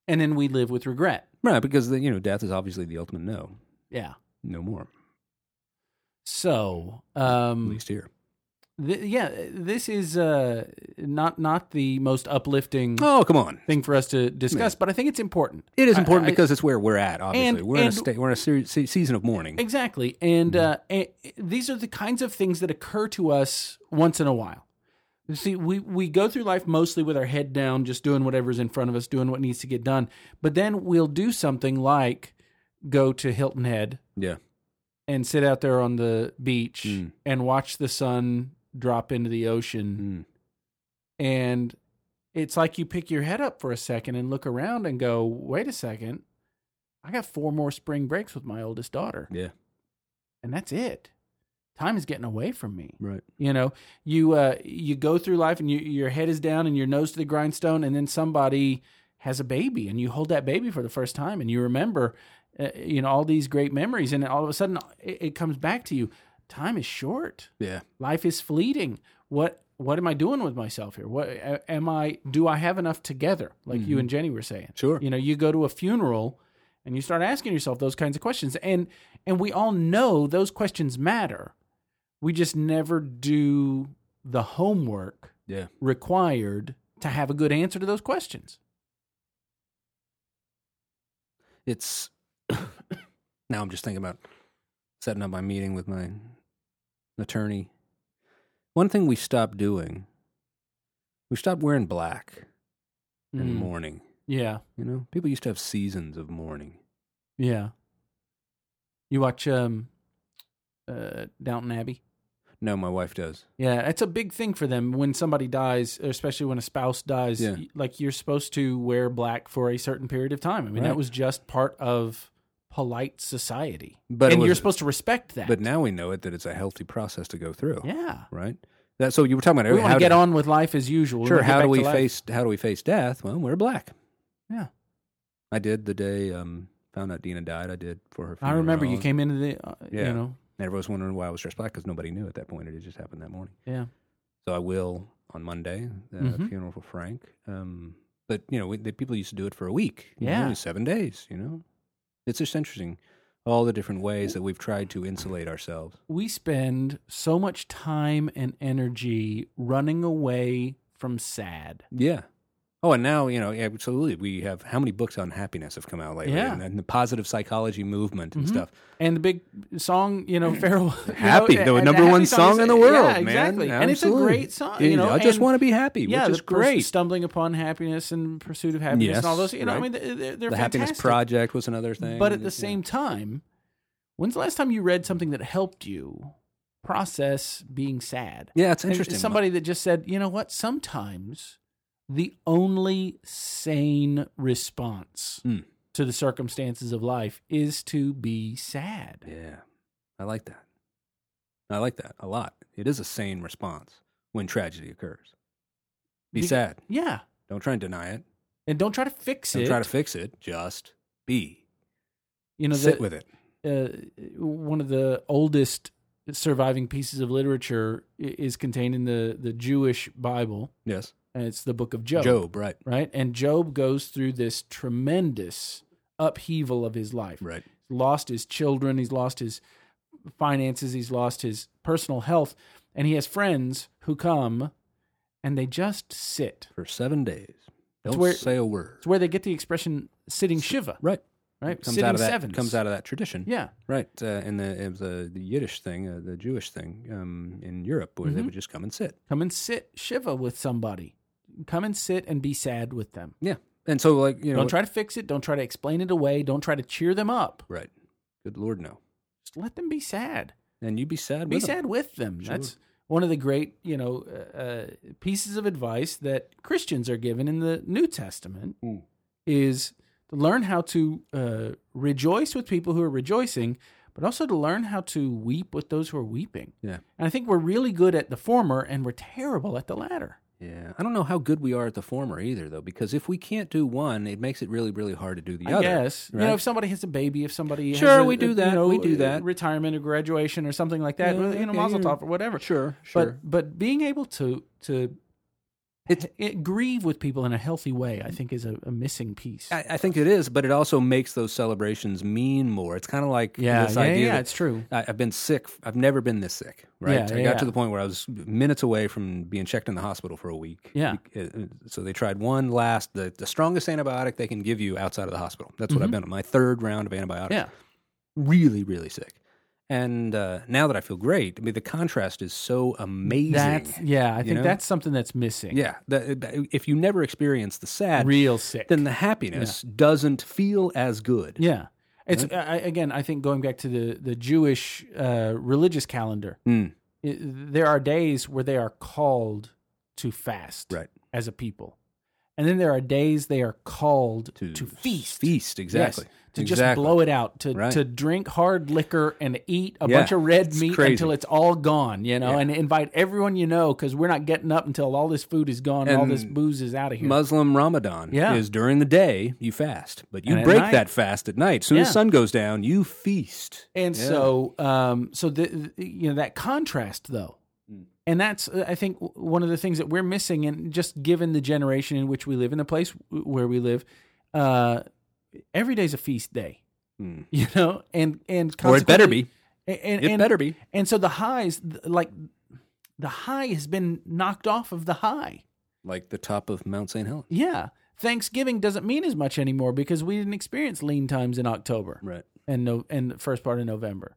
[SPEAKER 1] And then we live with regret.
[SPEAKER 2] right? Because the, you know, death is obviously the ultimate no,
[SPEAKER 1] Yeah.
[SPEAKER 2] no more.
[SPEAKER 1] So,
[SPEAKER 2] At
[SPEAKER 1] um,
[SPEAKER 2] least here.
[SPEAKER 1] th- yeah, this is uh, not not the most uplifting
[SPEAKER 2] Oh, come on.
[SPEAKER 1] thing for us to discuss, but I think it's important.
[SPEAKER 2] It is
[SPEAKER 1] I-
[SPEAKER 2] important
[SPEAKER 1] I-
[SPEAKER 2] because it's where we're at. Obviously,
[SPEAKER 1] And-
[SPEAKER 2] we're in a
[SPEAKER 1] and-
[SPEAKER 2] state. We're in a se- se- season of mourning.
[SPEAKER 1] Exactly. And uh,
[SPEAKER 2] Mm-hmm.
[SPEAKER 1] a- these are the kinds of things that occur to us once in a while. You See, we, we go through life mostly with our head down, just doing whatever's in front of us, doing what needs to get done. But then we'll do something like go to Hilton Head
[SPEAKER 2] Yeah.
[SPEAKER 1] and sit out there on the beach
[SPEAKER 2] Mm.
[SPEAKER 1] and watch the sun drop into the ocean.
[SPEAKER 2] Mm.
[SPEAKER 1] And it's like you pick your head up for a second and look around and go, wait a second. I got four more spring breaks with my oldest daughter.
[SPEAKER 2] Yeah.
[SPEAKER 1] and that's it. Time is getting away from me.
[SPEAKER 2] Right.
[SPEAKER 1] You know, you uh, you go through life and you, your head is down and your nose to the grindstone, and then somebody has a baby and you hold that baby for the first time and you remember uh, you know all these great memories, and all of a sudden it, it comes back to you. Time is short.
[SPEAKER 2] Yeah.
[SPEAKER 1] Life is fleeting. What what am I doing with myself here? What a- am I? Do I have enough together? Like you and Jenny were saying.
[SPEAKER 2] Mm-hmm. Sure.
[SPEAKER 1] You know, you go to a funeral and you start asking yourself those kinds of questions, and and we all know those questions matter. We just never do the homework
[SPEAKER 2] Yeah.
[SPEAKER 1] required to have a good answer to those questions.
[SPEAKER 2] It's now I'm just thinking about setting up my meeting with my attorney. One thing we stopped doing, we stopped wearing black in
[SPEAKER 1] Mm.
[SPEAKER 2] mourning.
[SPEAKER 1] Yeah,
[SPEAKER 2] You know, people used to have seasons of mourning.
[SPEAKER 1] yeah. You watch um, uh, Downton Abbey.
[SPEAKER 2] No, my wife does.
[SPEAKER 1] Yeah, it's a big thing for them when somebody dies, especially when a spouse dies.
[SPEAKER 2] Yeah.
[SPEAKER 1] y- Like you're supposed to wear black for a certain period of time. I mean,
[SPEAKER 2] Right.
[SPEAKER 1] that was just part of polite society,
[SPEAKER 2] But it
[SPEAKER 1] and you're
[SPEAKER 2] was-
[SPEAKER 1] supposed to respect that.
[SPEAKER 2] But now we know it that it's a healthy process to go through.
[SPEAKER 1] yeah,
[SPEAKER 2] Right. That so you were talking about
[SPEAKER 1] we want
[SPEAKER 2] how
[SPEAKER 1] to get
[SPEAKER 2] do-
[SPEAKER 1] on with life as usual.
[SPEAKER 2] Sure.
[SPEAKER 1] wanna get
[SPEAKER 2] How do
[SPEAKER 1] back
[SPEAKER 2] we
[SPEAKER 1] to life.
[SPEAKER 2] face how do we face death? Well, we're black.
[SPEAKER 1] Yeah.
[SPEAKER 2] I did the day um found out Dina died. I did for her.
[SPEAKER 1] I remember you
[SPEAKER 2] funeral.
[SPEAKER 1] came into the, uh,
[SPEAKER 2] Yeah.
[SPEAKER 1] you know,
[SPEAKER 2] And everyone was wondering why I was dressed black because nobody knew at that point. It had just happened that morning.
[SPEAKER 1] yeah,
[SPEAKER 2] So I will on Monday, uh,
[SPEAKER 1] Mhm.
[SPEAKER 2] funeral for Frank. Um, but you know, we, the people used to do it for a week. you know,
[SPEAKER 1] Yeah.
[SPEAKER 2] seven days. You know, it's just interesting all the different ways that we've tried to insulate ourselves.
[SPEAKER 1] we spend so much time and energy running away from sad.
[SPEAKER 2] Yeah. Oh, and now you know absolutely. We have how many books on happiness have come out lately,
[SPEAKER 1] Yeah.
[SPEAKER 2] and, and the positive psychology movement and stuff.
[SPEAKER 1] And the big song, you know, Farewell. you know,
[SPEAKER 2] Mm. Happy,
[SPEAKER 1] and-
[SPEAKER 2] the
[SPEAKER 1] and
[SPEAKER 2] number
[SPEAKER 1] happy
[SPEAKER 2] one song
[SPEAKER 1] is-
[SPEAKER 2] in the world,
[SPEAKER 1] yeah, Exactly.
[SPEAKER 2] man.
[SPEAKER 1] And it's a
[SPEAKER 2] Absolutely.
[SPEAKER 1] great song.
[SPEAKER 2] Dude,
[SPEAKER 1] You know,
[SPEAKER 2] I just
[SPEAKER 1] and-
[SPEAKER 2] want to be happy,
[SPEAKER 1] yeah,
[SPEAKER 2] which
[SPEAKER 1] the
[SPEAKER 2] is
[SPEAKER 1] person
[SPEAKER 2] great.
[SPEAKER 1] Stumbling upon happiness and pursuit of happiness
[SPEAKER 2] Yes,
[SPEAKER 1] and all those. You know, I
[SPEAKER 2] right.
[SPEAKER 1] mean, they're, they're
[SPEAKER 2] the
[SPEAKER 1] fantastic.
[SPEAKER 2] Happiness Project was another thing.
[SPEAKER 1] But at the
[SPEAKER 2] Yeah.
[SPEAKER 1] same time, when's the last time you read something that helped you process being sad?
[SPEAKER 2] yeah, it's
[SPEAKER 1] And
[SPEAKER 2] interesting.
[SPEAKER 1] Somebody that just said, you know what? Sometimes the only sane response
[SPEAKER 2] Mm.
[SPEAKER 1] to the circumstances of life is to be sad.
[SPEAKER 2] Yeah, I like that. I like that a lot. It is a sane response when tragedy occurs. Be
[SPEAKER 1] Be-
[SPEAKER 2] sad.
[SPEAKER 1] Yeah.
[SPEAKER 2] Don't try and deny it.
[SPEAKER 1] And don't try to fix
[SPEAKER 2] Don't
[SPEAKER 1] it.
[SPEAKER 2] try to fix it. Just be.
[SPEAKER 1] you know,
[SPEAKER 2] Sit
[SPEAKER 1] the-
[SPEAKER 2] with it.
[SPEAKER 1] uh, one of the oldest surviving pieces of literature i- is contained in the, the Jewish Bible,
[SPEAKER 2] Yes.
[SPEAKER 1] and it's the book of Job.
[SPEAKER 2] Job right.
[SPEAKER 1] Right? And Job goes through this tremendous upheaval of his life.
[SPEAKER 2] Right.
[SPEAKER 1] lost his children, he's lost his finances, he's lost his personal health, and he has friends who come and they just sit.
[SPEAKER 2] For seven days. Don't
[SPEAKER 1] where-
[SPEAKER 2] say a word.
[SPEAKER 1] It's where they get the expression sitting Shiva,
[SPEAKER 2] Right.
[SPEAKER 1] right?
[SPEAKER 2] Comes
[SPEAKER 1] sitting
[SPEAKER 2] out of that.
[SPEAKER 1] sevens.
[SPEAKER 2] Comes out of that tradition.
[SPEAKER 1] Yeah.
[SPEAKER 2] Right, uh, and the, it was the the Yiddish thing, uh, the Jewish thing um, in Europe, where they
[SPEAKER 1] Mhm.
[SPEAKER 2] would just come and sit.
[SPEAKER 1] Come and sit Shiva with somebody. Come and sit and be sad with them.
[SPEAKER 2] Yeah, and so like you know,
[SPEAKER 1] Don't try to fix it. Don't try to explain it away. Don't try to cheer them up.
[SPEAKER 2] right? Good Lord, no.
[SPEAKER 1] Just let them be sad.
[SPEAKER 2] And you'd be sad.
[SPEAKER 1] be
[SPEAKER 2] with 'em.
[SPEAKER 1] sad with them.
[SPEAKER 2] Sure.
[SPEAKER 1] That's one of the great, you know, uh, uh, pieces of advice that Christians are given in the New Testament
[SPEAKER 2] Mm.
[SPEAKER 1] is to learn how to uh, rejoice with people who are rejoicing, but also to learn how to weep with those who are weeping.
[SPEAKER 2] Yeah.
[SPEAKER 1] And I think we're really good at the former, and we're terrible at the latter.
[SPEAKER 2] Yeah, I don't know how good we are at the former either, though, because if we can't do one, it makes it really, really hard to do the
[SPEAKER 1] I
[SPEAKER 2] other.
[SPEAKER 1] guess you
[SPEAKER 2] right?
[SPEAKER 1] know if somebody has a baby, if somebody has
[SPEAKER 2] Sure,
[SPEAKER 1] a-
[SPEAKER 2] we do
[SPEAKER 1] a-
[SPEAKER 2] that,
[SPEAKER 1] You know,
[SPEAKER 2] we do that.
[SPEAKER 1] retirement or graduation or something like that.
[SPEAKER 2] Yeah,
[SPEAKER 1] you know,
[SPEAKER 2] okay,
[SPEAKER 1] Mazel
[SPEAKER 2] you're-
[SPEAKER 1] Tov or whatever.
[SPEAKER 2] Sure, sure.
[SPEAKER 1] But but being able to to
[SPEAKER 2] It's-
[SPEAKER 1] it, grieve with people in a healthy way, I think, is a, a missing piece.
[SPEAKER 2] I, I think it is, but it also makes those celebrations mean more. It's kind of like
[SPEAKER 1] yeah,
[SPEAKER 2] this
[SPEAKER 1] yeah,
[SPEAKER 2] idea
[SPEAKER 1] yeah,
[SPEAKER 2] that
[SPEAKER 1] it's true.
[SPEAKER 2] I, I've been sick. I've never been this sick, right?
[SPEAKER 1] Yeah,
[SPEAKER 2] I
[SPEAKER 1] yeah,
[SPEAKER 2] got
[SPEAKER 1] yeah.
[SPEAKER 2] to the point where I was minutes away from being checked in the hospital for a week.
[SPEAKER 1] Yeah.
[SPEAKER 2] Uh, So they tried one last, the, the strongest antibiotic they can give you outside of the hospital. That's what I've been on my third round of antibiotics.
[SPEAKER 1] Mm-hmm. Yeah,
[SPEAKER 2] Really, really sick. And uh, now that I feel great, I mean, the contrast is so amazing.
[SPEAKER 1] that's yeah. I think
[SPEAKER 2] know?
[SPEAKER 1] that's something that's missing.
[SPEAKER 2] yeah. The, the- if you never experience the sad,
[SPEAKER 1] real sick.
[SPEAKER 2] then the happiness doesn't feel as good.
[SPEAKER 1] yeah, it's I, I- again. I think going back to the the Jewish uh, religious calendar,
[SPEAKER 2] Mm.
[SPEAKER 1] i there are days where they are called to fast
[SPEAKER 2] Right.
[SPEAKER 1] as a people. And then there are days they are called to, feast.
[SPEAKER 2] Feast, exactly.
[SPEAKER 1] Yes, to just
[SPEAKER 2] Exactly.
[SPEAKER 1] blow it out, to
[SPEAKER 2] Right.
[SPEAKER 1] to drink hard liquor and eat a
[SPEAKER 2] Yeah,
[SPEAKER 1] bunch of red
[SPEAKER 2] it's
[SPEAKER 1] meat
[SPEAKER 2] crazy.
[SPEAKER 1] until it's all gone, you know, and invite everyone you know because we're not getting up until all this food is gone and, all this
[SPEAKER 2] And
[SPEAKER 1] booze is out of here.
[SPEAKER 2] Muslim Ramadan
[SPEAKER 1] Yeah.
[SPEAKER 2] is during the day you fast, but you
[SPEAKER 1] And at
[SPEAKER 2] break
[SPEAKER 1] night-
[SPEAKER 2] that fast at night. Soon as
[SPEAKER 1] Yeah.
[SPEAKER 2] sun goes down, you feast.
[SPEAKER 1] And
[SPEAKER 2] Yeah.
[SPEAKER 1] so, um, so the you know that contrast though,
[SPEAKER 2] Mm.
[SPEAKER 1] and that's uh, I think w- one of the things that we're missing, and just given the generation in which we live, in the place w- where we live, uh, every day's a feast day,
[SPEAKER 2] Mm.
[SPEAKER 1] you know, and and
[SPEAKER 2] or it better
[SPEAKER 1] consequently-
[SPEAKER 2] be.
[SPEAKER 1] a- and,
[SPEAKER 2] It
[SPEAKER 1] and-
[SPEAKER 2] better be.
[SPEAKER 1] and so the highs, th- like the high has been knocked off of the high.
[SPEAKER 2] Like the top of Mount St. Helens.
[SPEAKER 1] Yeah, Thanksgiving doesn't mean as much anymore because we didn't experience lean times in October
[SPEAKER 2] Right.
[SPEAKER 1] and no and the first part of November.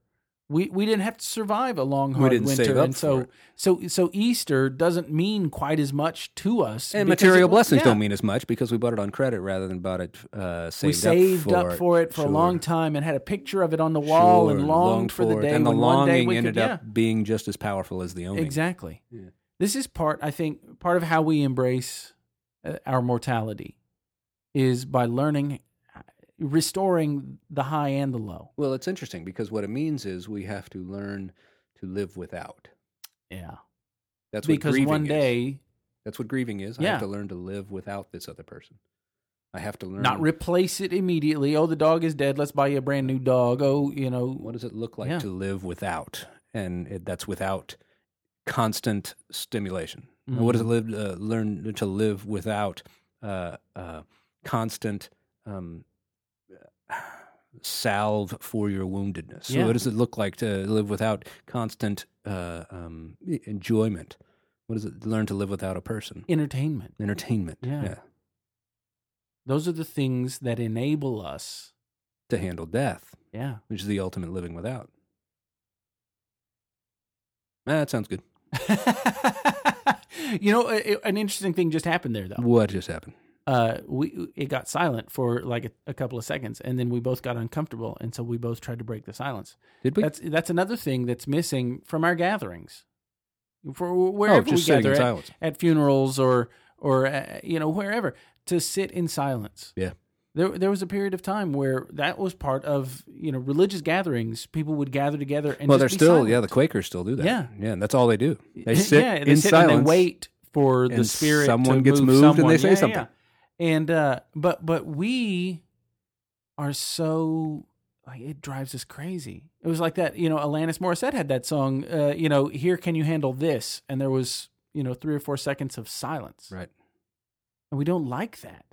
[SPEAKER 1] We we didn't have to survive a long
[SPEAKER 2] We
[SPEAKER 1] hard
[SPEAKER 2] didn't
[SPEAKER 1] winter,
[SPEAKER 2] save up
[SPEAKER 1] and so
[SPEAKER 2] for it.
[SPEAKER 1] so so Easter doesn't mean quite as much to us.
[SPEAKER 2] And
[SPEAKER 1] because
[SPEAKER 2] material
[SPEAKER 1] it-
[SPEAKER 2] blessings
[SPEAKER 1] yeah.
[SPEAKER 2] don't mean as much because we bought it on credit rather than bought it uh, saved,
[SPEAKER 1] we saved
[SPEAKER 2] up for it.
[SPEAKER 1] it for
[SPEAKER 2] Sure.
[SPEAKER 1] a long time and had a picture of it on the wall
[SPEAKER 2] Sure,
[SPEAKER 1] and longed, for the
[SPEAKER 2] it.
[SPEAKER 1] day
[SPEAKER 2] And the
[SPEAKER 1] when one day
[SPEAKER 2] longing
[SPEAKER 1] we
[SPEAKER 2] ended
[SPEAKER 1] could,
[SPEAKER 2] up being just as powerful as the
[SPEAKER 1] yeah,
[SPEAKER 2] owning.
[SPEAKER 1] exactly.
[SPEAKER 2] Yeah.
[SPEAKER 1] This is part I think part of how we embrace uh, our mortality is by learning restoring the high and the low.
[SPEAKER 2] Well, it's interesting because what it means is we have to learn to live without.
[SPEAKER 1] Yeah.
[SPEAKER 2] That's what
[SPEAKER 1] because
[SPEAKER 2] grieving
[SPEAKER 1] one
[SPEAKER 2] is.
[SPEAKER 1] day
[SPEAKER 2] That's what grieving is. I
[SPEAKER 1] Yeah.
[SPEAKER 2] have to learn to live without this other person. I have to learn
[SPEAKER 1] not replace it immediately. Oh, the dog is dead. Let's buy you a brand new dog. Oh, you know,
[SPEAKER 2] What does it look like
[SPEAKER 1] Yeah.
[SPEAKER 2] to live without? And it, that's without constant stimulation. And What does it
[SPEAKER 1] Mm-hmm.
[SPEAKER 2] live, uh, learn to live without uh, uh, constant um, uh, salve for your woundedness? So
[SPEAKER 1] Yeah.
[SPEAKER 2] What does it look like to live without constant uh, um, e- enjoyment? What does it learn to live without a person?
[SPEAKER 1] entertainment.
[SPEAKER 2] Entertainment.
[SPEAKER 1] Yeah. Those are the things that enable us.
[SPEAKER 2] To handle death,
[SPEAKER 1] Yeah.
[SPEAKER 2] which is the ultimate living without. Ah, that sounds good.
[SPEAKER 1] you know, a- a- an interesting thing just happened there, though.
[SPEAKER 2] What just happened?
[SPEAKER 1] Uh, we it got silent for like a, a couple of seconds, and then we both got uncomfortable, and so we both tried to break the silence.
[SPEAKER 2] Did we?
[SPEAKER 1] That's that's another thing that's missing from our gatherings, for wherever we
[SPEAKER 2] Oh, just sitting
[SPEAKER 1] gather
[SPEAKER 2] in
[SPEAKER 1] at-
[SPEAKER 2] silence.
[SPEAKER 1] at funerals or or uh, you know wherever to sit in silence.
[SPEAKER 2] Yeah.
[SPEAKER 1] There there was a period of time where that was part of, you know, religious gatherings. People would gather together and
[SPEAKER 2] well,
[SPEAKER 1] just be
[SPEAKER 2] they're still
[SPEAKER 1] silent.
[SPEAKER 2] yeah. The Quakers still do that.
[SPEAKER 1] Yeah.
[SPEAKER 2] yeah. And that's all they do. They sit
[SPEAKER 1] yeah, they
[SPEAKER 2] in
[SPEAKER 1] sit
[SPEAKER 2] silence.
[SPEAKER 1] and they wait for the
[SPEAKER 2] and
[SPEAKER 1] spirit
[SPEAKER 2] someone
[SPEAKER 1] to
[SPEAKER 2] gets
[SPEAKER 1] move
[SPEAKER 2] moved and
[SPEAKER 1] someone.
[SPEAKER 2] they say
[SPEAKER 1] Yeah,
[SPEAKER 2] something.
[SPEAKER 1] yeah. And uh but but we are so like it drives us crazy. It was like that, you know, Alanis Morissette had that song, uh, you know, here can you handle this? And there was, you know, 3 or 4 seconds of silence.
[SPEAKER 2] Right.
[SPEAKER 1] And we don't like that.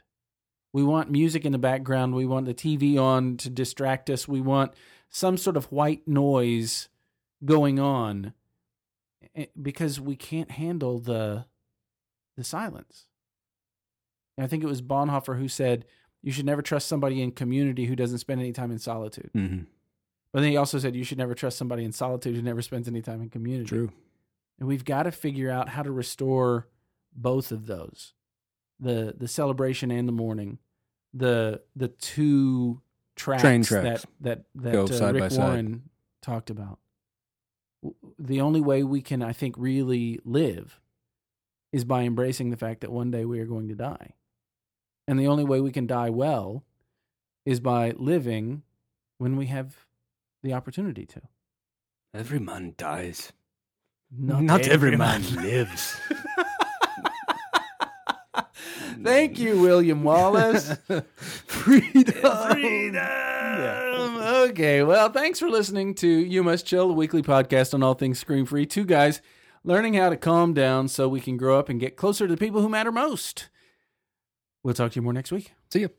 [SPEAKER 1] We want music in the background. We want the TV on to distract us. We want some sort of white noise going on eh, because we can't handle the the silence. And I think it was Bonhoeffer who said you should never trust somebody in community who doesn't spend any time in solitude.
[SPEAKER 2] Mm-hmm.
[SPEAKER 1] But then he also said you should never trust somebody in solitude who never spends any time in community.
[SPEAKER 2] True.
[SPEAKER 1] And we've got to figure out how to restore both of those. The the celebration and the mourning. The the two tracks,
[SPEAKER 2] Train tracks.
[SPEAKER 1] that that,
[SPEAKER 2] Go
[SPEAKER 1] that uh,
[SPEAKER 2] side by
[SPEAKER 1] Rick
[SPEAKER 2] side.
[SPEAKER 1] Warren talked about. W- The only way we can I think really live is by embracing the fact that one day we are going to die. And the only way we can die well is by living when we have the opportunity to.
[SPEAKER 2] Every man dies.
[SPEAKER 1] Not,
[SPEAKER 2] lives.
[SPEAKER 1] Thank you, William Wallace.
[SPEAKER 2] Freedom.
[SPEAKER 1] Yeah. Okay, well, thanks for listening to You Must Chill, the weekly podcast on all things screen free. Two guys learning how to calm down so we can grow up and get closer to the people who matter most. We'll talk to you more next week.
[SPEAKER 2] See you.